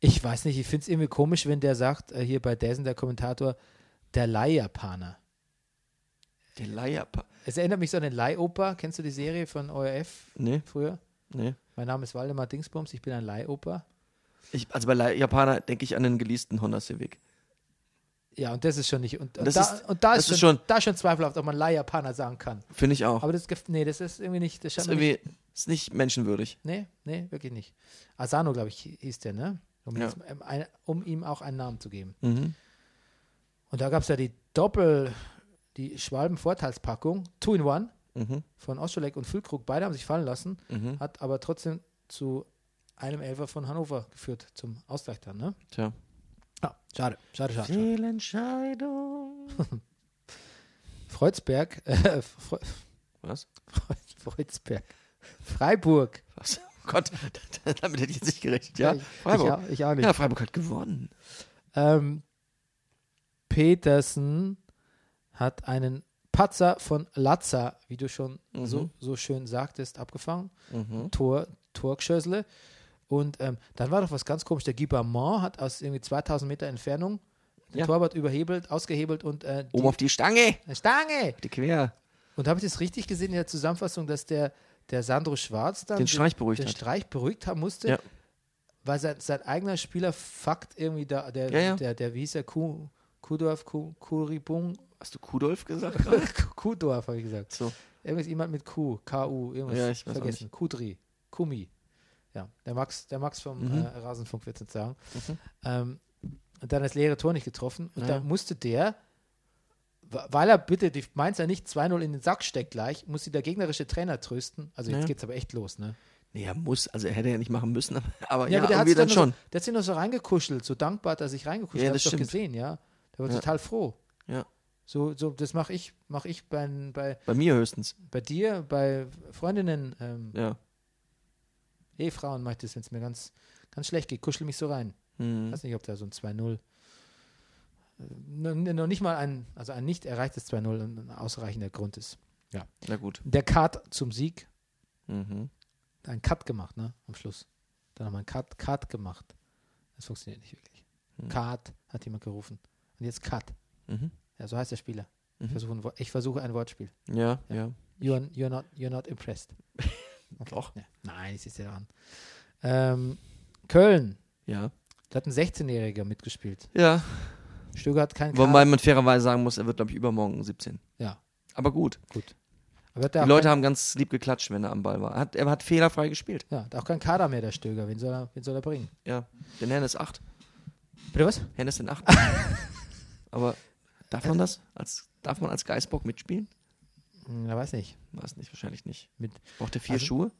[SPEAKER 2] ich weiß nicht, ich finde es irgendwie komisch, wenn der sagt, äh, hier bei Dessen, der Kommentator, der Leihjapaner.
[SPEAKER 1] Der Leierpa.
[SPEAKER 2] Es erinnert mich so an den Leihoper. Kennst du die Serie von ORF
[SPEAKER 1] Nee,
[SPEAKER 2] früher?
[SPEAKER 1] nee.
[SPEAKER 2] Mein Name ist Waldemar Dingsbums, ich bin ein Leihoper.
[SPEAKER 1] Ich, also bei Le Japaner denke ich an den geleasten Honda Civic.
[SPEAKER 2] Ja, und das ist schon nicht. Und, und,
[SPEAKER 1] Das
[SPEAKER 2] da,
[SPEAKER 1] ist-
[SPEAKER 2] und da ist,
[SPEAKER 1] das ist
[SPEAKER 2] schon,
[SPEAKER 1] schon-
[SPEAKER 2] da ist schon zweifelhaft, ob man Leihjapaner sagen kann.
[SPEAKER 1] Finde ich auch.
[SPEAKER 2] Aber das, gef- nee, das ist irgendwie nicht. Das
[SPEAKER 1] ist
[SPEAKER 2] scheint mir
[SPEAKER 1] irgendwie ist nicht menschenwürdig.
[SPEAKER 2] nicht, nee, nee, wirklich nicht. Asano, glaube ich, hieß der, ne? Um,
[SPEAKER 1] Ja.
[SPEAKER 2] jetzt, ähm, ein, um ihm auch einen Namen zu geben.
[SPEAKER 1] Mhm.
[SPEAKER 2] Und da gab es ja die Doppel, die Schwalben-Vorteilspackung, Two in One
[SPEAKER 1] Mhm.
[SPEAKER 2] von Oscholek und Füllkrug. Beide haben sich fallen lassen,
[SPEAKER 1] Mhm.
[SPEAKER 2] hat aber trotzdem zu einem Elfer von Hannover geführt, zum Ausgleich dann, ne?
[SPEAKER 1] Tja.
[SPEAKER 2] Ja, schade, schade, schade. schade.
[SPEAKER 1] Fehlentscheidung.
[SPEAKER 2] Freuzberg, äh, Fre
[SPEAKER 1] Was?
[SPEAKER 2] Freuzberg, Freiburg.
[SPEAKER 1] Was? Oh Gott, damit hätte ich jetzt nicht gerechnet, ja?
[SPEAKER 2] ich, Ich,
[SPEAKER 1] Freiburg.
[SPEAKER 2] auch- ich auch nicht.
[SPEAKER 1] Ja, Freiburg hat gewonnen.
[SPEAKER 2] Ähm, Petersen hat einen Patzer von Latza, wie du schon
[SPEAKER 1] Mhm.
[SPEAKER 2] so, so schön sagtest, abgefangen. Tor, Torgeschössle. Und ähm, dann war doch was ganz komisch. Der Guibamon hat aus irgendwie 2000 Meter Entfernung den
[SPEAKER 1] Ja.
[SPEAKER 2] Torwart überhebelt, ausgehebelt und äh, die
[SPEAKER 1] Oben auf die Stange.
[SPEAKER 2] Stange.
[SPEAKER 1] Die Quer.
[SPEAKER 2] Und habe ich das richtig gesehen in der Zusammenfassung, dass der, der Sandro Schwarz dann
[SPEAKER 1] Den Streich beruhigt
[SPEAKER 2] den
[SPEAKER 1] hat.
[SPEAKER 2] Streich beruhigt haben musste,
[SPEAKER 1] Ja.
[SPEAKER 2] weil sein, sein eigener Spieler fuckt irgendwie da, der,
[SPEAKER 1] Ja, ja.
[SPEAKER 2] der, der wie hieß der, Ku, Kudorf, Ku, Kuribung,
[SPEAKER 1] Hast du Kudolf gesagt?
[SPEAKER 2] Kudorf habe ich gesagt.
[SPEAKER 1] so.
[SPEAKER 2] Irgendwas, jemand mit Q, KU, irgendwas
[SPEAKER 1] Ja, ich weiß auch
[SPEAKER 2] vergessen. Kudri, Kumi. Ja, der Max, der Max vom
[SPEAKER 1] Mhm.
[SPEAKER 2] äh, Rasenfunk wird es jetzt sagen. Ähm, und dann das leere Tor nicht getroffen. Und
[SPEAKER 1] Ja.
[SPEAKER 2] da musste der, wa- weil er bitte die Mainzer nicht 2-0 in den Sack steckt gleich, muss sie der gegnerische Trainer trösten. Also jetzt
[SPEAKER 1] Ja.
[SPEAKER 2] geht's aber echt los, ne?
[SPEAKER 1] Nee, er muss, also er hätte ja nicht machen müssen, aber, aber
[SPEAKER 2] Ja,
[SPEAKER 1] ja,
[SPEAKER 2] aber der hat
[SPEAKER 1] irgendwie
[SPEAKER 2] sich
[SPEAKER 1] dann
[SPEAKER 2] nur
[SPEAKER 1] schon.
[SPEAKER 2] So, der hat sich nur so reingekuschelt, so dankbar, dass ich reingekuschelt
[SPEAKER 1] Ja,
[SPEAKER 2] habe.
[SPEAKER 1] das
[SPEAKER 2] doch
[SPEAKER 1] stimmt.
[SPEAKER 2] gesehen, ja. Der war
[SPEAKER 1] Ja.
[SPEAKER 2] total froh.
[SPEAKER 1] Ja.
[SPEAKER 2] So, so, das mache ich, mache ich bei, bei,
[SPEAKER 1] Bei mir höchstens,
[SPEAKER 2] bei dir, bei Freundinnen, ähm,
[SPEAKER 1] ja.
[SPEAKER 2] Ehefrauen mache ich das, wenn es mir ganz, ganz schlecht geht. Kuschel mich so rein.
[SPEAKER 1] Hm.
[SPEAKER 2] Weiß nicht, ob da so ein 2-0. äh, n- n- Noch nicht mal ein, also ein nicht erreichtes 2-0 ein ein ausreichender Grund ist.
[SPEAKER 1] Na gut.
[SPEAKER 2] Der Cut zum Sieg,
[SPEAKER 1] Mhm.
[SPEAKER 2] ein Cut gemacht, ne? Am Schluss. Dann haben wir einen Cut, Cut gemacht. Das funktioniert nicht wirklich. Cut hat jemand gerufen. Und jetzt Cut.
[SPEAKER 1] Mhm.
[SPEAKER 2] Ja, so heißt der Spieler. Ich,
[SPEAKER 1] Mhm.
[SPEAKER 2] versuche ein, Wo- ich versuche ein Wortspiel.
[SPEAKER 1] Ja, ja.
[SPEAKER 2] You're, you're, not, you're not impressed. Okay.
[SPEAKER 1] Doch.
[SPEAKER 2] Ja. Nein, ich sehe es dir doch an. Ähm, Köln.
[SPEAKER 1] Ja.
[SPEAKER 2] Da hat ein 16-Jähriger mitgespielt.
[SPEAKER 1] Ja.
[SPEAKER 2] Stöger hat keinen
[SPEAKER 1] Wobei man fairerweise sagen muss, er wird, glaube ich, übermorgen 17.
[SPEAKER 2] Ja,
[SPEAKER 1] Aber gut.
[SPEAKER 2] gut. Aber hat er
[SPEAKER 1] Die
[SPEAKER 2] auch
[SPEAKER 1] Leute
[SPEAKER 2] kein,
[SPEAKER 1] haben ganz lieb geklatscht, wenn er am Ball war. Er hat, er hat fehlerfrei gespielt.
[SPEAKER 2] ja, hat auch keinen Kader mehr, der Stöger. Wen soll er, wen soll er bringen?
[SPEAKER 1] Ja. Denn Hennes 8.
[SPEAKER 2] Bitte was?
[SPEAKER 1] Hennes sind 8. Aber darf man das? Als, darf man als Geißbock mitspielen?
[SPEAKER 2] Hm, Ja, weiß nicht.
[SPEAKER 1] Weiß nicht, wahrscheinlich nicht.
[SPEAKER 2] Mit,
[SPEAKER 1] Braucht er vier
[SPEAKER 2] Also-
[SPEAKER 1] Schuhe?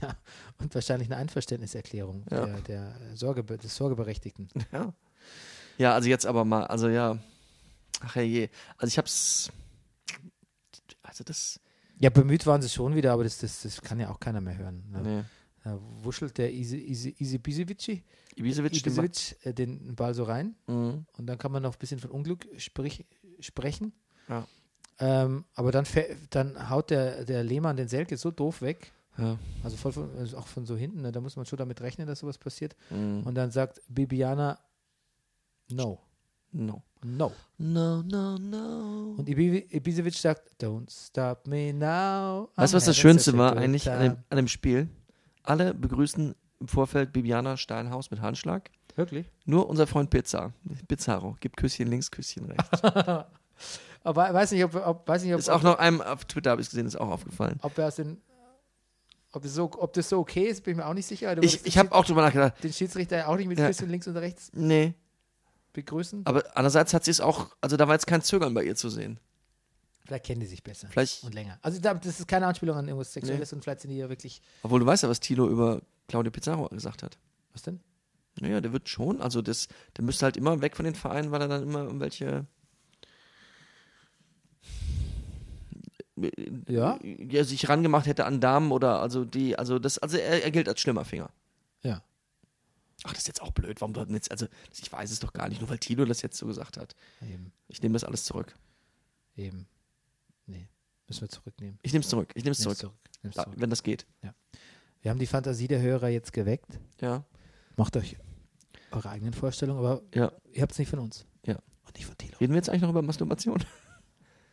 [SPEAKER 2] ja, und wahrscheinlich eine Einverständniserklärung
[SPEAKER 1] Ja.
[SPEAKER 2] der, der äh, Sorge, des Sorgeberechtigten.
[SPEAKER 1] Ja. Ja, also jetzt aber mal, also ja. Ach herrje. Also ich hab's. Also das.
[SPEAKER 2] Ja, bemüht waren sie schon wieder, aber das, das, das kann ja auch keiner mehr hören. Ne?
[SPEAKER 1] Nee.
[SPEAKER 2] Da wuschelt der Isi, Isi, Isi Bisevici,
[SPEAKER 1] Ibisevic, den Ball-
[SPEAKER 2] Ibisevic äh, den Ball so rein.
[SPEAKER 1] Mhm.
[SPEAKER 2] Und dann kann man noch ein bisschen von Unglück sprich, sprechen.
[SPEAKER 1] Ja.
[SPEAKER 2] Ähm, aber dann, fä- dann haut der, der Lehmann den Selke so doof weg.
[SPEAKER 1] Ja.
[SPEAKER 2] Also voll von, also auch von so hinten, ne? da muss man schon damit rechnen, dass sowas passiert.
[SPEAKER 1] Mhm.
[SPEAKER 2] Und dann sagt Bibiana, no,
[SPEAKER 1] No.
[SPEAKER 2] no.
[SPEAKER 1] No, no, no.
[SPEAKER 2] Und Ibi- Ibisevic sagt, don't stop me now. Ah,
[SPEAKER 1] weißt
[SPEAKER 2] I'm
[SPEAKER 1] du, was Ah, das
[SPEAKER 2] having
[SPEAKER 1] Schönste
[SPEAKER 2] such a
[SPEAKER 1] war
[SPEAKER 2] good
[SPEAKER 1] eigentlich an dem,
[SPEAKER 2] time.
[SPEAKER 1] an dem Spiel? Alle begrüßen im Vorfeld Bibiana Steinhaus mit Handschlag.
[SPEAKER 2] Wirklich?
[SPEAKER 1] Nur unser Freund Pizza, Pizarro, gibt Küsschen links, Küsschen rechts.
[SPEAKER 2] Aber weiß nicht, ob, ob, weiß nicht, ob,
[SPEAKER 1] Ist auch noch einem auf Twitter, habe ich gesehen, ist auch aufgefallen.
[SPEAKER 2] ob, er es in, ob, es so, ob das so okay ist, bin ich mir auch nicht sicher. Du
[SPEAKER 1] Ich,
[SPEAKER 2] würdest
[SPEAKER 1] ich habe auch drüber nachgedacht.
[SPEAKER 2] den Schiedsrichter ja auch nicht mit
[SPEAKER 1] Ja.
[SPEAKER 2] ein bisschen links und rechts
[SPEAKER 1] Nee,
[SPEAKER 2] begrüßen.
[SPEAKER 1] aber andererseits hat sie es auch, also da war jetzt kein Zögern bei ihr zu sehen.
[SPEAKER 2] Vielleicht kennen die sich besser
[SPEAKER 1] Vielleicht-
[SPEAKER 2] und länger. Also da- das ist keine Anspielung an irgendwas Sexuelles und vielleicht sind die ja wirklich.
[SPEAKER 1] Obwohl du weißt ja, was Tilo über Claudio Pizarro gesagt hat.
[SPEAKER 2] Was denn?
[SPEAKER 1] Naja, der wird schon, also das, der müsste halt immer weg von den Vereinen, weil er dann immer irgendwelche. Äh,
[SPEAKER 2] Ja?
[SPEAKER 1] ja, sich rangemacht hätte an Damen oder also die, also das, also er, er gilt als schlimmer Finger.
[SPEAKER 2] Ja.
[SPEAKER 1] Ach, das ist jetzt auch blöd, warum sollten jetzt, also ich weiß es doch gar nicht, nur weil Tilo das jetzt so gesagt hat.
[SPEAKER 2] Eben.
[SPEAKER 1] Ich nehme das alles zurück.
[SPEAKER 2] Eben. Nee. Müssen wir zurücknehmen.
[SPEAKER 1] Ich nehme es zurück, ich nehme es
[SPEAKER 2] Nimm's
[SPEAKER 1] zurück,
[SPEAKER 2] zurück. Nimm's
[SPEAKER 1] Ja,
[SPEAKER 2] zurück.
[SPEAKER 1] wenn das geht.
[SPEAKER 2] Wir haben die Fantasie der Hörer jetzt geweckt.
[SPEAKER 1] Ja,
[SPEAKER 2] Macht euch eure eigenen Vorstellungen, aber
[SPEAKER 1] ja.
[SPEAKER 2] ihr habt es nicht von uns.
[SPEAKER 1] Ja.
[SPEAKER 2] Und nicht von Tilo.
[SPEAKER 1] Reden wir jetzt eigentlich noch über Masturbation?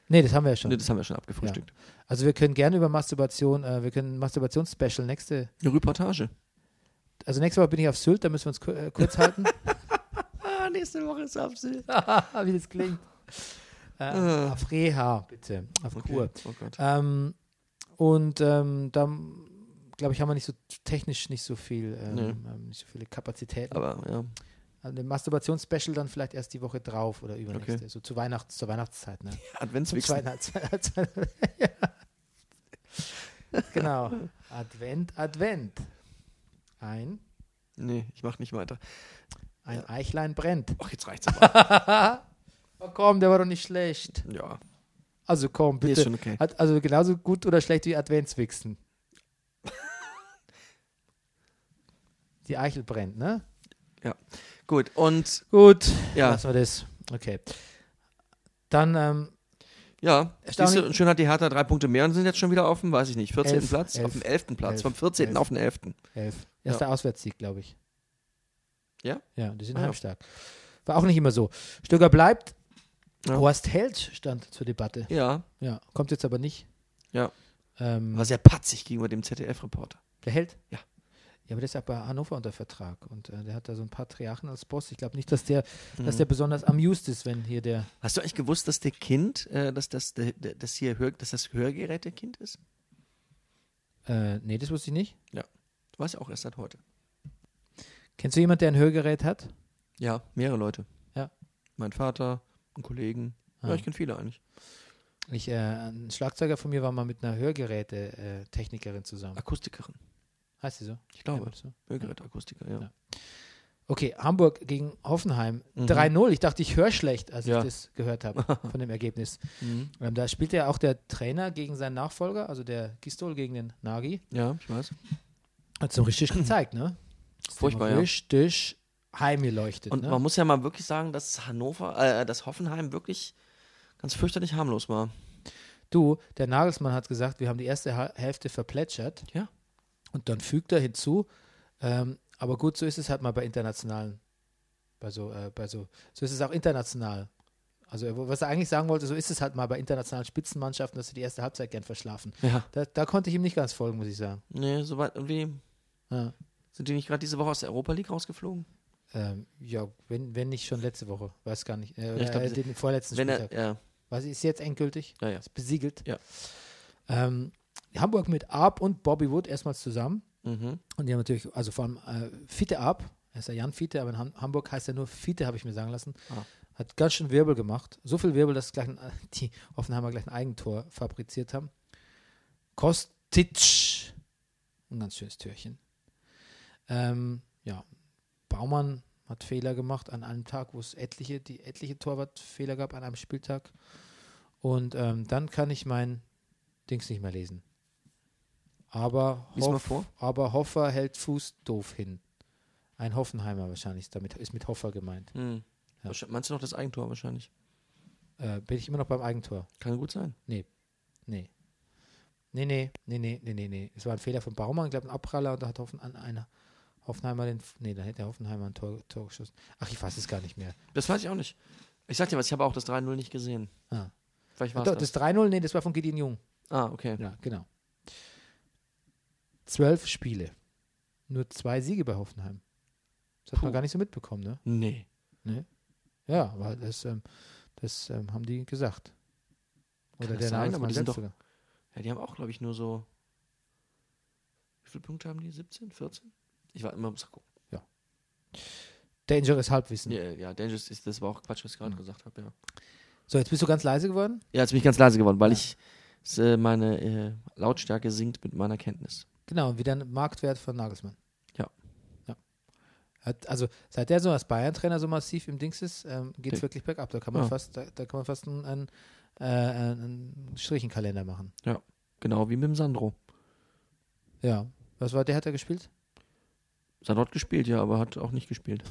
[SPEAKER 2] Nee, das haben wir ja schon.
[SPEAKER 1] Ne, das haben wir schon abgefrühstückt.
[SPEAKER 2] Also wir können gerne über Masturbation, äh, wir können Masturbations-Special nächste,
[SPEAKER 1] Eine Reportage.
[SPEAKER 2] also nächste Woche bin ich auf Sylt, da müssen wir uns ku äh, kurz halten.
[SPEAKER 1] Ah, nächste Woche ist Absicht.
[SPEAKER 2] Wie das klingt.
[SPEAKER 1] Ah.
[SPEAKER 2] Äh, auf Reha, bitte. Auf Kur.
[SPEAKER 1] Oh Gott.
[SPEAKER 2] Ähm, und ähm, da, glaube ich, haben wir nicht so technisch nicht so viel, ähm,
[SPEAKER 1] Nee.
[SPEAKER 2] ähm, nicht so viele Kapazitäten.
[SPEAKER 1] Aber ja.
[SPEAKER 2] Also ein Masturbations-Special dann vielleicht erst die Woche drauf oder übernächste,
[SPEAKER 1] Okay.
[SPEAKER 2] so zu Weihnachts, zur Weihnachtszeit, ne? Zum
[SPEAKER 1] Adventswichsen.
[SPEAKER 2] zweiten, zweiten, zweiten, ja. Genau. Advent, Advent. Ein,
[SPEAKER 1] Nee, ich mach nicht weiter.
[SPEAKER 2] ein Eichlein brennt.
[SPEAKER 1] Ach, jetzt reicht's aber.
[SPEAKER 2] Oh komm, der war doch nicht schlecht.
[SPEAKER 1] ja.
[SPEAKER 2] Also komm,
[SPEAKER 1] Nee,
[SPEAKER 2] bitte.
[SPEAKER 1] ist schon okay.
[SPEAKER 2] Ad- Also genauso gut oder schlecht wie Adventswichsen. Die Eichel brennt, ne? Also
[SPEAKER 1] Gut, und
[SPEAKER 2] Gut,
[SPEAKER 1] Ja.
[SPEAKER 2] lassen wir das. Okay. Dann ähm,
[SPEAKER 1] ja, siehst
[SPEAKER 2] Erstaunlich-
[SPEAKER 1] du, schön hat die Hertha drei Punkte mehr und sind jetzt schon wieder auf dem, weiß ich nicht, 14.
[SPEAKER 2] Elf,
[SPEAKER 1] Platz?
[SPEAKER 2] elf,
[SPEAKER 1] auf dem 11. Platz,
[SPEAKER 2] elf,
[SPEAKER 1] vom 14.
[SPEAKER 2] elf.
[SPEAKER 1] auf den 11.
[SPEAKER 2] 11. Erster Auswärtssieg, glaube ich.
[SPEAKER 1] Ja?
[SPEAKER 2] Ja, die sind
[SPEAKER 1] Ah, ja.
[SPEAKER 2] heimstark. War auch nicht immer so. Stöger bleibt.
[SPEAKER 1] Ja.
[SPEAKER 2] Horst Held stand zur Debatte.
[SPEAKER 1] Ja,
[SPEAKER 2] Ja, kommt jetzt aber nicht.
[SPEAKER 1] ja.
[SPEAKER 2] Ähm,
[SPEAKER 1] War sehr patzig gegenüber dem ZDF-Reporter.
[SPEAKER 2] Der Held?
[SPEAKER 1] Ja.
[SPEAKER 2] Ja, aber der ist ja bei Hannover unter Vertrag und äh, der hat da so einen Patriarchen als Boss. Ich glaube nicht, dass der, dass
[SPEAKER 1] Mhm.
[SPEAKER 2] der besonders amused ist, wenn hier der.
[SPEAKER 1] Hast du eigentlich gewusst, dass der Kind, äh, dass das, der, der, das hier Hör, dass das Hörgerät der Kind ist?
[SPEAKER 2] Äh, nee, das wusste ich nicht.
[SPEAKER 1] Ja. Du warst ja auch erst seit heute.
[SPEAKER 2] Kennst du jemanden, der ein Hörgerät hat?
[SPEAKER 1] Ja, mehrere Leute.
[SPEAKER 2] Ja.
[SPEAKER 1] Mein Vater, einen Kollegen.
[SPEAKER 2] Ah.
[SPEAKER 1] Ja, ich kenne viele eigentlich.
[SPEAKER 2] Ich, äh, ein Schlagzeuger von mir war mal mit einer Hörgeräte-Technikerin zusammen.
[SPEAKER 1] Akustikerin.
[SPEAKER 2] Heißt sie so?
[SPEAKER 1] Ich glaube.
[SPEAKER 2] Ja, so.
[SPEAKER 1] Hörgerätakustiker, ja.
[SPEAKER 2] Ja. Okay, Hamburg gegen Hoffenheim.
[SPEAKER 1] Mhm.
[SPEAKER 2] 3-0. Ich dachte, ich höre schlecht, als
[SPEAKER 1] Ja.
[SPEAKER 2] ich das gehört habe von dem Ergebnis.
[SPEAKER 1] Mhm.
[SPEAKER 2] Ähm, da spielt ja auch der Trainer gegen seinen Nachfolger, also der Gistol gegen den Nagi.
[SPEAKER 1] Ja, ich weiß.
[SPEAKER 2] Hat so richtig gezeigt, ne? Ist
[SPEAKER 1] Furchtbar,
[SPEAKER 2] dem
[SPEAKER 1] ja.
[SPEAKER 2] Richtig heimgeleuchtet.
[SPEAKER 1] Und
[SPEAKER 2] ne?
[SPEAKER 1] man muss ja mal wirklich sagen, dass Hannover, äh, dass Hoffenheim wirklich ganz fürchterlich harmlos war.
[SPEAKER 2] du, der Nagelsmann hat gesagt, wir haben die erste Ha- Hälfte verplätschert.
[SPEAKER 1] Ja.
[SPEAKER 2] Und dann fügt er hinzu, ähm, aber gut, so ist es halt mal bei internationalen, bei so, äh, bei so, so ist es auch international. Also er- was er eigentlich sagen wollte, so ist es halt mal bei internationalen Spitzenmannschaften, dass sie die erste Halbzeit gern verschlafen.
[SPEAKER 1] Ja.
[SPEAKER 2] Da, da konnte ich ihm nicht ganz folgen, muss ich sagen.
[SPEAKER 1] Nee, soweit irgendwie
[SPEAKER 2] Ja,
[SPEAKER 1] sind die nicht gerade diese Woche aus der Europa League rausgeflogen.
[SPEAKER 2] ähm, ja wenn, wenn nicht schon letzte Woche, weiß gar nicht. Äh,
[SPEAKER 1] ich glaub,
[SPEAKER 2] äh,
[SPEAKER 1] sie-
[SPEAKER 2] den vorletzten
[SPEAKER 1] Wenn
[SPEAKER 2] Spieltag.
[SPEAKER 1] er, ja,
[SPEAKER 2] Was ist jetzt endgültig?
[SPEAKER 1] ja, ja.
[SPEAKER 2] Ist besiegelt.
[SPEAKER 1] Ja.
[SPEAKER 2] Ähm, Hamburg mit Arp und Bobby Wood erstmals zusammen.
[SPEAKER 1] Mhm.
[SPEAKER 2] Und die haben natürlich, also vor allem äh, Fiete Arp, er ist ja Jan Fiete, aber in Ham Hamburg heißt er nur Fiete, habe ich mir sagen lassen.
[SPEAKER 1] Ah.
[SPEAKER 2] Hat ganz schön Wirbel gemacht. So viel Wirbel, dass gleich ein, die Hoffenheimer gleich ein Eigentor fabriziert haben. Kostic. Ein ganz schönes Türchen. Ähm, ja, Baumann hat Fehler gemacht an einem Tag, wo es etliche, die etliche Torwartfehler gab an einem Spieltag. Und ähm, dann kann ich mein Dings nicht mehr lesen. Aber,
[SPEAKER 1] Lies mal
[SPEAKER 2] Hoff-
[SPEAKER 1] vor.
[SPEAKER 2] aber Hoffer hält Fuß doof hin. Ein Hoffenheimer wahrscheinlich ist damit, ist mit Hoffer gemeint.
[SPEAKER 1] Hm.
[SPEAKER 2] Ja.
[SPEAKER 1] Wahrscheinlich- Meinst du noch das Eigentor wahrscheinlich?
[SPEAKER 2] Äh, bin ich immer noch beim Eigentor?
[SPEAKER 1] Kann gut sein.
[SPEAKER 2] Nee. Nee, nee, nee, nee, nee, nee, nee. Es war ein Fehler von Baumann, ich glaube, ein Abpraller und da hat Hoffen, an, einer Hoffenheimer den. F- Nee, da hätte der Hoffenheimer ein Tor, Tor geschossen. Ach, ich weiß es gar nicht mehr.
[SPEAKER 1] Das weiß ich auch nicht. Ich sag dir was, ich habe auch das 3-0 nicht gesehen.
[SPEAKER 2] Ah.
[SPEAKER 1] Vielleicht war
[SPEAKER 2] Doch, das
[SPEAKER 1] das.
[SPEAKER 2] 3-0, nee, das war von Gideon Jung.
[SPEAKER 1] Ah, okay.
[SPEAKER 2] Ja, genau. Zwölf Spiele. Nur zwei Siege bei Hoffenheim. Das hat man
[SPEAKER 1] Puh.
[SPEAKER 2] gar nicht so mitbekommen, ne?
[SPEAKER 1] Nee.
[SPEAKER 2] Ja, aber das, ähm, das ähm, haben die gesagt. Oder
[SPEAKER 1] Kann das
[SPEAKER 2] der
[SPEAKER 1] sein?
[SPEAKER 2] Nagelsmann
[SPEAKER 1] Aber die sind
[SPEAKER 2] selbst
[SPEAKER 1] doch-
[SPEAKER 2] sogar.
[SPEAKER 1] Ja, die haben auch, glaube ich, nur so. Wie viele Punkte haben die? 17, 14? Ich war immer muss gucken.
[SPEAKER 2] Dangerous Halbwissen.
[SPEAKER 1] Ja, ja Dangerous ist, das war auch Quatsch, was ich gerade
[SPEAKER 2] Mhm.
[SPEAKER 1] gesagt habe, ja.
[SPEAKER 2] So, jetzt bist du ganz leise geworden.
[SPEAKER 1] Ja, jetzt bin ich ganz leise geworden, weil ich es, äh, meine äh, Lautstärke sinkt mit meiner Kenntnis.
[SPEAKER 2] Genau, wie der Marktwert von Nagelsmann.
[SPEAKER 1] Ja.
[SPEAKER 2] ja. Hat, also seit der so als Bayern-Trainer so massiv im Dings ist, ähm, geht es
[SPEAKER 1] Der-
[SPEAKER 2] wirklich bergab. Da kann man
[SPEAKER 1] Ja.
[SPEAKER 2] fast, da, da kann man fast einen, einen, äh, einen Strichenkalender machen.
[SPEAKER 1] Genau wie mit dem Sandro.
[SPEAKER 2] Ja. Was war der, hat er gespielt?
[SPEAKER 1] Sandro hat gespielt, ja, aber hat auch nicht gespielt.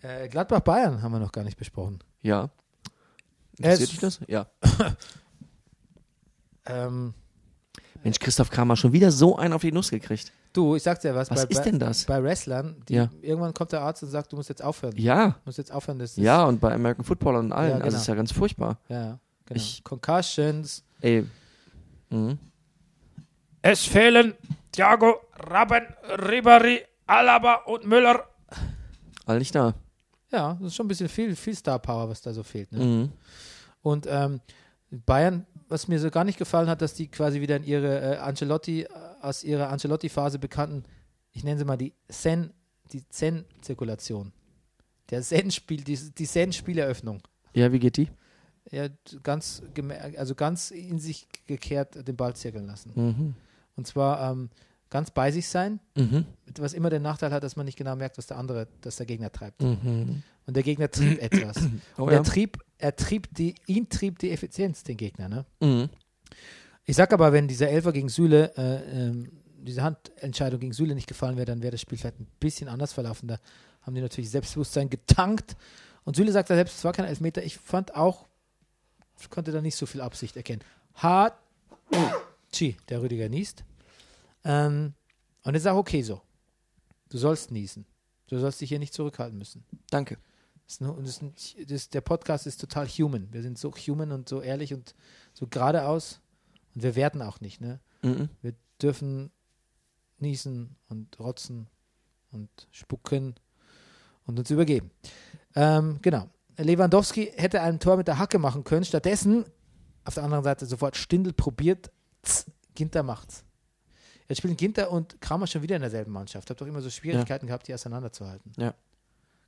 [SPEAKER 2] Äh, Gladbach Bayern haben wir noch gar nicht besprochen.
[SPEAKER 1] Ja.
[SPEAKER 2] Es-
[SPEAKER 1] Interessiert dich das? Ja.
[SPEAKER 2] Ähm,
[SPEAKER 1] Mensch, Christoph Kramer schon wieder so einen auf die Nuss gekriegt.
[SPEAKER 2] du, ich sag's dir was.
[SPEAKER 1] Was
[SPEAKER 2] bei,
[SPEAKER 1] ist
[SPEAKER 2] bei,
[SPEAKER 1] denn das?
[SPEAKER 2] bei Wrestlern, die,
[SPEAKER 1] Ja.
[SPEAKER 2] irgendwann kommt der Arzt und sagt, du musst jetzt aufhören.
[SPEAKER 1] Ja.
[SPEAKER 2] Du musst jetzt aufhören, das ist,
[SPEAKER 1] Ja, und bei American Football und allen.
[SPEAKER 2] Ja,
[SPEAKER 1] Also
[SPEAKER 2] genau.
[SPEAKER 1] ist ja ganz furchtbar.
[SPEAKER 2] ja genau.
[SPEAKER 1] Ich-
[SPEAKER 2] Concussions.
[SPEAKER 1] Ey. Mhm.
[SPEAKER 2] Es fehlen Thiago, Raben, Ribéry, Alaba und Müller.
[SPEAKER 1] All nicht da.
[SPEAKER 2] Ja, das ist schon ein bisschen viel, viel Star Power, was da so fehlt. Ne?
[SPEAKER 1] Mhm.
[SPEAKER 2] Und ähm, Bayern, was mir so gar nicht gefallen hat, dass die quasi wieder in ihre äh, Ancelotti, äh, aus ihrer Ancelotti-Phase bekannten, ich nenne sie mal die Zen, die Zen-Zirkulation. Der Zen-Spiel, die, die Zen-Spieleröffnung.
[SPEAKER 1] Ja, wie geht die?
[SPEAKER 2] Ja, ganz, gemer- also ganz in sich gekehrt den Ball zirkeln lassen.
[SPEAKER 1] Mhm.
[SPEAKER 2] Und zwar ähm, ganz bei sich sein,
[SPEAKER 1] Mhm.
[SPEAKER 2] was immer den Nachteil hat, dass man nicht genau merkt, was der andere, dass der Gegner treibt.
[SPEAKER 1] Mhm.
[SPEAKER 2] Und der Gegner trieb etwas.
[SPEAKER 1] Oh,
[SPEAKER 2] Und er
[SPEAKER 1] ja.
[SPEAKER 2] trieb, er trieb die, ihn trieb die Effizienz, den Gegner. Ne?
[SPEAKER 1] Mhm.
[SPEAKER 2] Ich sag aber, wenn dieser Elfer gegen Süle, äh, ähm, diese Handentscheidung gegen Süle nicht gefallen wäre, dann wäre das Spiel vielleicht ein bisschen anders verlaufen. Da haben die natürlich Selbstbewusstsein getankt. Und Süle sagt ja selbst, es war kein Elfmeter. Ich fand auch, ich konnte da nicht so viel Absicht erkennen. Hart, tschi, der Rüdiger niest. Ähm, und jetzt sag okay so. Du sollst niesen. Du sollst dich hier nicht zurückhalten müssen.
[SPEAKER 1] Danke.
[SPEAKER 2] Das ist nur, das ist, ein- das, der Podcast ist total human. Wir sind so human und so ehrlich und so geradeaus. Und wir werten auch nicht, ne?
[SPEAKER 1] Mhm.
[SPEAKER 2] Wir dürfen niesen und rotzen und spucken und uns übergeben. Ähm, genau. Lewandowski hätte ein Tor mit der Hacke machen können. Stattdessen, auf der anderen Seite, sofort Stindl probiert. Tz, Ginter macht's. Jetzt spielen Ginter und Kramer schon wieder in derselben Mannschaft. Habt doch immer so Schwierigkeiten gehabt, die auseinanderzuhalten.
[SPEAKER 1] Ja.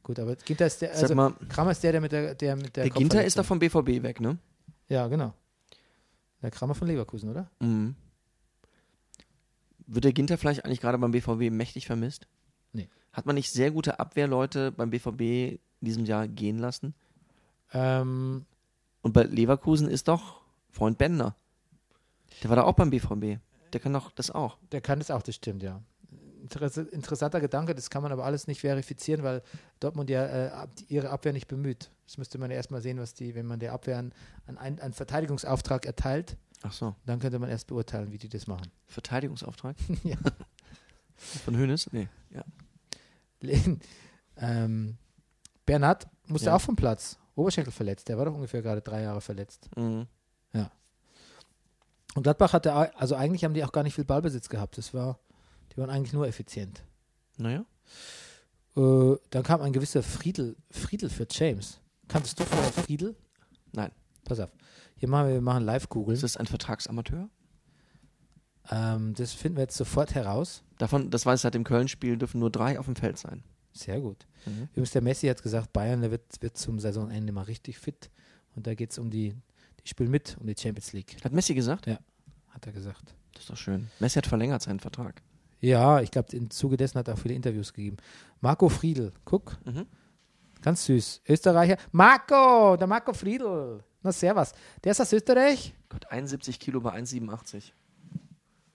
[SPEAKER 2] Gut, aber Ginter ist der,
[SPEAKER 1] Sag
[SPEAKER 2] also
[SPEAKER 1] mal,
[SPEAKER 2] Kramer ist der, der mit der, der mit der
[SPEAKER 1] der Ginter ist
[SPEAKER 2] Kopfverletzung-
[SPEAKER 1] doch vom BVB weg, ne?
[SPEAKER 2] Ja, genau. Der Kramer von Leverkusen, oder?
[SPEAKER 1] Mhm. Wird der Ginter vielleicht eigentlich gerade beim BVB mächtig vermisst?
[SPEAKER 2] Nee.
[SPEAKER 1] Hat man nicht sehr gute Abwehrleute beim BVB in diesem Jahr gehen lassen?
[SPEAKER 2] Ähm,
[SPEAKER 1] Und bei Leverkusen ist doch Freund Bender. Der war da auch beim BVB. Der kann doch das auch.
[SPEAKER 2] Der kann das auch, das stimmt, ja. Interess interessanter Gedanke, das kann man aber alles nicht verifizieren, weil Dortmund ja äh, ab- die- ihre Abwehr nicht bemüht. Das müsste man ja erstmal sehen, was die, wenn man der Abwehr einen, einen, einen Verteidigungsauftrag erteilt,
[SPEAKER 1] Ach so.
[SPEAKER 2] dann könnte man erst beurteilen, wie die das machen.
[SPEAKER 1] Verteidigungsauftrag?
[SPEAKER 2] Ja.
[SPEAKER 1] Von Hönes? Nee. Ja.
[SPEAKER 2] Lehn- ähm, Bernhard musste
[SPEAKER 1] Ja.
[SPEAKER 2] auch vom Platz. Oberschenkel verletzt, der war doch ungefähr gerade drei Jahre verletzt.
[SPEAKER 1] Mhm.
[SPEAKER 2] Und Gladbach hatte, au- also eigentlich haben die auch gar nicht viel Ballbesitz gehabt. Das war, die waren eigentlich nur effizient.
[SPEAKER 1] Naja.
[SPEAKER 2] Äh, dann kam ein gewisser Friedel, Friedel für James. Kanntest du vorher Friedel?
[SPEAKER 1] Nein.
[SPEAKER 2] Pass auf. Hier machen wir, wir machen Live-Googeln.
[SPEAKER 1] Ist das ein Vertragsamateur?
[SPEAKER 2] Ähm, das finden wir jetzt sofort heraus.
[SPEAKER 1] Davon, das weiß seit dem Köln-Spiel, dürfen nur drei auf dem Feld sein.
[SPEAKER 2] Sehr gut.
[SPEAKER 1] Mhm.
[SPEAKER 2] Übrigens, der Messi hat gesagt, Bayern der wird, wird zum Saisonende mal richtig fit. Und da geht es um die, die spielen mit, um die Champions League,
[SPEAKER 1] Hat Messi gesagt?
[SPEAKER 2] hat er gesagt.
[SPEAKER 1] Das ist doch schön. Messi hat verlängert seinen Vertrag.
[SPEAKER 2] Ja, ich glaube, im Zuge dessen hat er auch viele Interviews gegeben. Marco Friedl, guck.
[SPEAKER 1] Mhm.
[SPEAKER 2] Ganz süß. Österreicher. Marco, der Marco Friedl. Na, servus. Der ist aus Österreich?
[SPEAKER 1] Gott, 71 Kilo bei 1,87.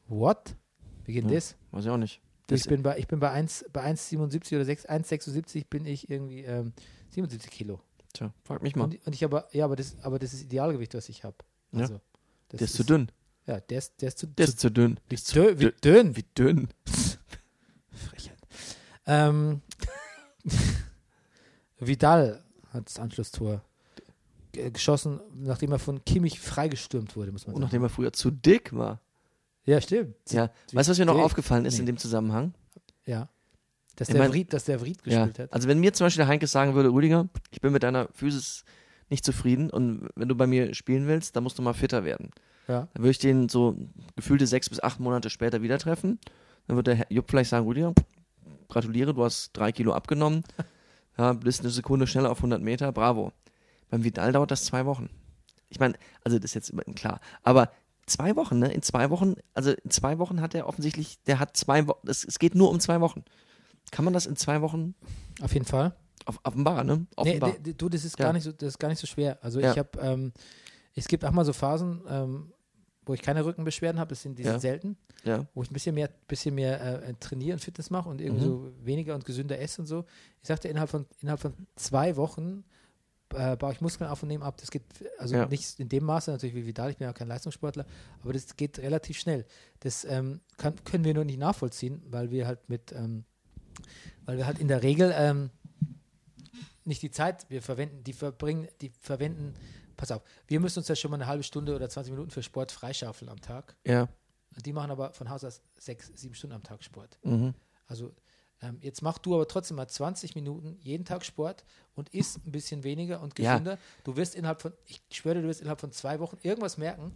[SPEAKER 2] What? Wie geht denn
[SPEAKER 1] Ja.
[SPEAKER 2] das?
[SPEAKER 1] Weiß ich auch nicht.
[SPEAKER 2] Du, ich
[SPEAKER 1] Das-
[SPEAKER 2] bin bei, ich bin bei 1, bei 1,77 oder 6, 1,76 bin ich irgendwie ähm, 77 Kilo.
[SPEAKER 1] Tja, frag mich mal.
[SPEAKER 2] Und, und ich aber, ja, aber das, aber das ist Idealgewicht, was ich habe.
[SPEAKER 1] Ja.
[SPEAKER 2] Also, das
[SPEAKER 1] Der ist zu dünn.
[SPEAKER 2] Ja, der ist, der ist zu
[SPEAKER 1] Der ist zu dünn.
[SPEAKER 2] Wie, dünn, wie dünn. Wie
[SPEAKER 1] Dünn.
[SPEAKER 2] Frechheit. Ähm, Vidal hat das Anschlusstor ge- geschossen, nachdem er von Kimmich freigestürmt wurde, muss man
[SPEAKER 1] Und
[SPEAKER 2] sagen.
[SPEAKER 1] nachdem er früher zu dick war.
[SPEAKER 2] Ja, stimmt.
[SPEAKER 1] Ja. Weißt du, was mir noch
[SPEAKER 2] dick.
[SPEAKER 1] aufgefallen ist
[SPEAKER 2] Nee.
[SPEAKER 1] in dem Zusammenhang?
[SPEAKER 2] Ja. Dass
[SPEAKER 1] Ich
[SPEAKER 2] der,
[SPEAKER 1] mein-
[SPEAKER 2] Vried, dass der Vried
[SPEAKER 1] Ja.
[SPEAKER 2] gespielt hat.
[SPEAKER 1] Also wenn mir zum Beispiel der Heinkes sagen würde, Rüdiger, ich bin mit deiner Physis nicht zufrieden und wenn du bei mir spielen willst, dann musst du mal fitter werden.
[SPEAKER 2] Ja.
[SPEAKER 1] Dann würde ich den so gefühlte sechs bis acht Monate später wieder treffen. Dann wird der Herr Jupp vielleicht sagen, Rüdiger, gratuliere, du hast drei Kilo abgenommen. Ja, bist eine Sekunde schneller auf 100 Meter, bravo. Beim Vidal dauert das zwei Wochen. Ich meine, also das ist jetzt immer klar, aber zwei Wochen, ne? In zwei Wochen, also in zwei Wochen hat er offensichtlich, der hat zwei Wochen, es, es geht nur um zwei Wochen. Kann man das in zwei Wochen
[SPEAKER 2] Auf jeden Fall.
[SPEAKER 1] auf, offenbar, ne?
[SPEAKER 2] Nee,
[SPEAKER 1] Offenbar.
[SPEAKER 2] d- d- du, das ist
[SPEAKER 1] Ja.
[SPEAKER 2] gar nicht so, das ist gar nicht so schwer. Also
[SPEAKER 1] Ja.
[SPEAKER 2] ich habe, ähm, es gibt auch mal so Phasen, ähm, wo ich keine Rückenbeschwerden habe, das sind die
[SPEAKER 1] Ja.
[SPEAKER 2] sind selten,
[SPEAKER 1] ja.
[SPEAKER 2] wo ich ein bisschen mehr, bisschen mehr äh, trainiere und Fitness mache und irgendwie
[SPEAKER 1] Mhm.
[SPEAKER 2] so weniger und gesünder esse und so. Ich sagte, innerhalb von innerhalb von zwei Wochen äh, baue ich Muskeln auf und nehme ab. Das geht also
[SPEAKER 1] Ja.
[SPEAKER 2] nicht in dem Maße natürlich wie Vidal, ich bin ja kein Leistungssportler, aber das geht relativ schnell. Das ähm, kann, können wir nur nicht nachvollziehen, weil wir halt mit, ähm, weil wir halt in der Regel ähm, nicht die Zeit, wir verwenden, die verbringen, die verwenden, pass auf, wir müssen uns ja schon mal eine halbe Stunde oder 20 Minuten für Sport freischaufeln am Tag.
[SPEAKER 1] Ja.
[SPEAKER 2] Die machen aber von Haus aus sechs, sieben Stunden am Tag Sport.
[SPEAKER 1] Mhm.
[SPEAKER 2] Also ähm, jetzt mach du aber trotzdem mal 20 Minuten jeden Tag Sport und isst ein bisschen weniger und
[SPEAKER 1] Ja.
[SPEAKER 2] gesünder. Du wirst innerhalb von, ich schwöre, dir, du wirst innerhalb von zwei Wochen irgendwas merken.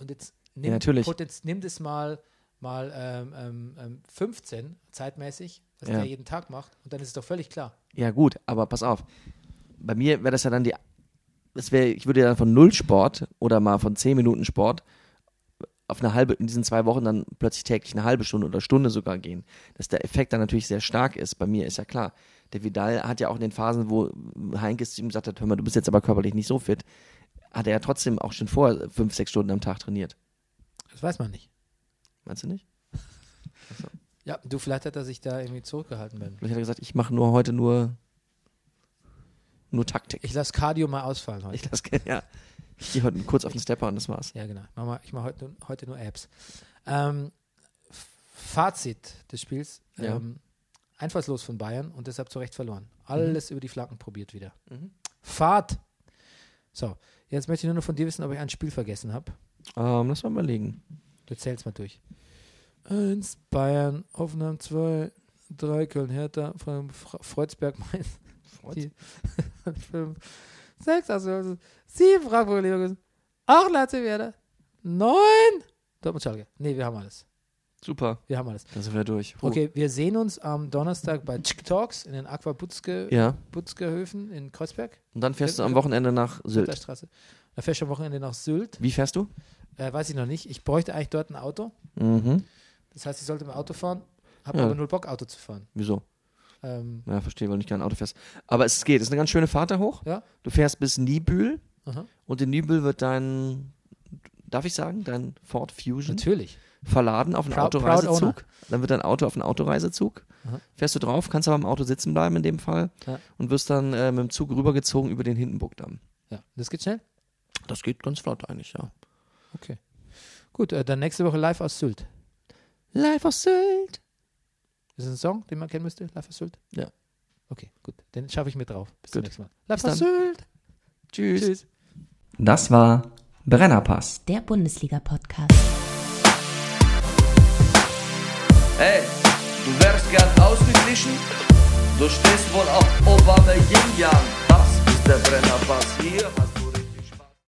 [SPEAKER 2] Und jetzt nimm,
[SPEAKER 1] Ja, natürlich.
[SPEAKER 2] Potenz, nimm das mal, mal ähm, ähm, ähm, 15 zeitmäßig, was
[SPEAKER 1] Ja.
[SPEAKER 2] der jeden Tag macht. Und dann ist es doch völlig klar.
[SPEAKER 1] Ja, gut, aber pass auf. Bei mir wäre das ja dann die. Das wäre, ich würde ja dann von null Sport oder mal von zehn Minuten Sport auf eine halbe, in diesen zwei Wochen dann plötzlich täglich eine halbe Stunde oder Stunde sogar gehen. Dass der Effekt dann natürlich sehr stark ist. Bei mir ist ja klar. Der Vidal hat ja auch in den Phasen, wo Heinkes zu ihm gesagt hat, hör mal, du bist jetzt aber körperlich nicht so fit, hat er ja trotzdem auch schon vorher fünf, sechs Stunden am Tag trainiert.
[SPEAKER 2] Das weiß man nicht.
[SPEAKER 1] Meinst du nicht?
[SPEAKER 2] Ja, du, vielleicht hat er sich da irgendwie zurückgehalten. Beim
[SPEAKER 1] Vielleicht hat er gesagt, ich mache nur heute nur, nur Taktik.
[SPEAKER 2] ich lasse Cardio mal ausfallen heute.
[SPEAKER 1] Ich lasse gerne, ja. Ich gehe heute kurz auf den Stepper und das war's.
[SPEAKER 2] Ja, genau. Ich mach mal, ich mache heute, heute nur Apps. Ähm, F- Fazit des Spiels.
[SPEAKER 1] Ja.
[SPEAKER 2] Ähm, einfallslos von Bayern und deshalb zu Recht verloren. Alles über die Flanken probiert wieder. Fahrt! So, jetzt möchte ich nur noch von dir wissen, ob ich ein Spiel vergessen habe.
[SPEAKER 1] Ähm, lass mal überlegen.
[SPEAKER 2] Du zählst mal durch. Eins, Bayern, Hoffenheim, zwei, drei, Köln, Hertha, Fre- Fre- Freuzberg, Mainz, vier, fünf, sechs, also, sieben, Frankfurt, Leverkusen, acht, Leipzig, Werder, neun, Dortmund, Schalke. Nee, wir haben alles.
[SPEAKER 1] Super.
[SPEAKER 2] Wir haben alles.
[SPEAKER 1] Dann sind wir durch. Huh.
[SPEAKER 2] Okay, wir sehen uns am Donnerstag bei Chick Talks in den Aqua Butzke,
[SPEAKER 1] Ja.
[SPEAKER 2] Butzke Höfen in Kreuzberg,
[SPEAKER 1] Und dann fährst du am Wochenende nach
[SPEAKER 2] der
[SPEAKER 1] Sylt.
[SPEAKER 2] Straße. Da fährst du am Wochenende nach Sylt.
[SPEAKER 1] Wie fährst du?
[SPEAKER 2] Äh, weiß ich noch nicht. Ich bräuchte eigentlich dort ein Auto.
[SPEAKER 1] Mhm.
[SPEAKER 2] Das heißt, ich sollte mit dem Auto fahren, habe
[SPEAKER 1] Ja.
[SPEAKER 2] aber null Bock, Auto zu fahren.
[SPEAKER 1] Wieso?
[SPEAKER 2] Ähm,
[SPEAKER 1] Ja, verstehe, weil du nicht gerne Auto fährst. Aber es geht. Es ist eine ganz schöne Fahrt da hoch.
[SPEAKER 2] Ja.
[SPEAKER 1] Du fährst bis Niebühl
[SPEAKER 2] aha.
[SPEAKER 1] und in Niebühl wird dein, darf ich sagen, dein Ford Fusion
[SPEAKER 2] Natürlich.
[SPEAKER 1] verladen auf einen
[SPEAKER 2] Proud- proud
[SPEAKER 1] Autoreisezug. Dann wird dein Auto auf einen Autoreisezug.
[SPEAKER 2] Aha.
[SPEAKER 1] Fährst du drauf, kannst aber im Auto sitzen bleiben in dem Fall
[SPEAKER 2] Ja.
[SPEAKER 1] und wirst dann äh, mit dem Zug rübergezogen über den Hindenburgdamm.
[SPEAKER 2] Ja, das geht schnell.
[SPEAKER 1] Das geht ganz flott eigentlich, ja.
[SPEAKER 2] Okay. Gut, äh, dann nächste Woche live aus Sylt.
[SPEAKER 1] Live aus Sylt.
[SPEAKER 2] Ist das ein Song, den man kennen müsste? Live aus Sylt?
[SPEAKER 1] Ja.
[SPEAKER 2] Okay, gut. Den schaffe ich mir drauf. Bis zum
[SPEAKER 1] Gut.
[SPEAKER 2] nächsten Mal. Live
[SPEAKER 1] Bis
[SPEAKER 2] aus
[SPEAKER 1] dann.
[SPEAKER 2] Sylt.
[SPEAKER 1] Tschüss.
[SPEAKER 2] Tschüss.
[SPEAKER 3] Das war Brennerpass.
[SPEAKER 4] Der Bundesliga-Podcast.
[SPEAKER 5] Hey, du wärst gern ausgeglichen? Du stehst wohl auf Obama Yin Yang. Das ist der Brennerpass. Hier hast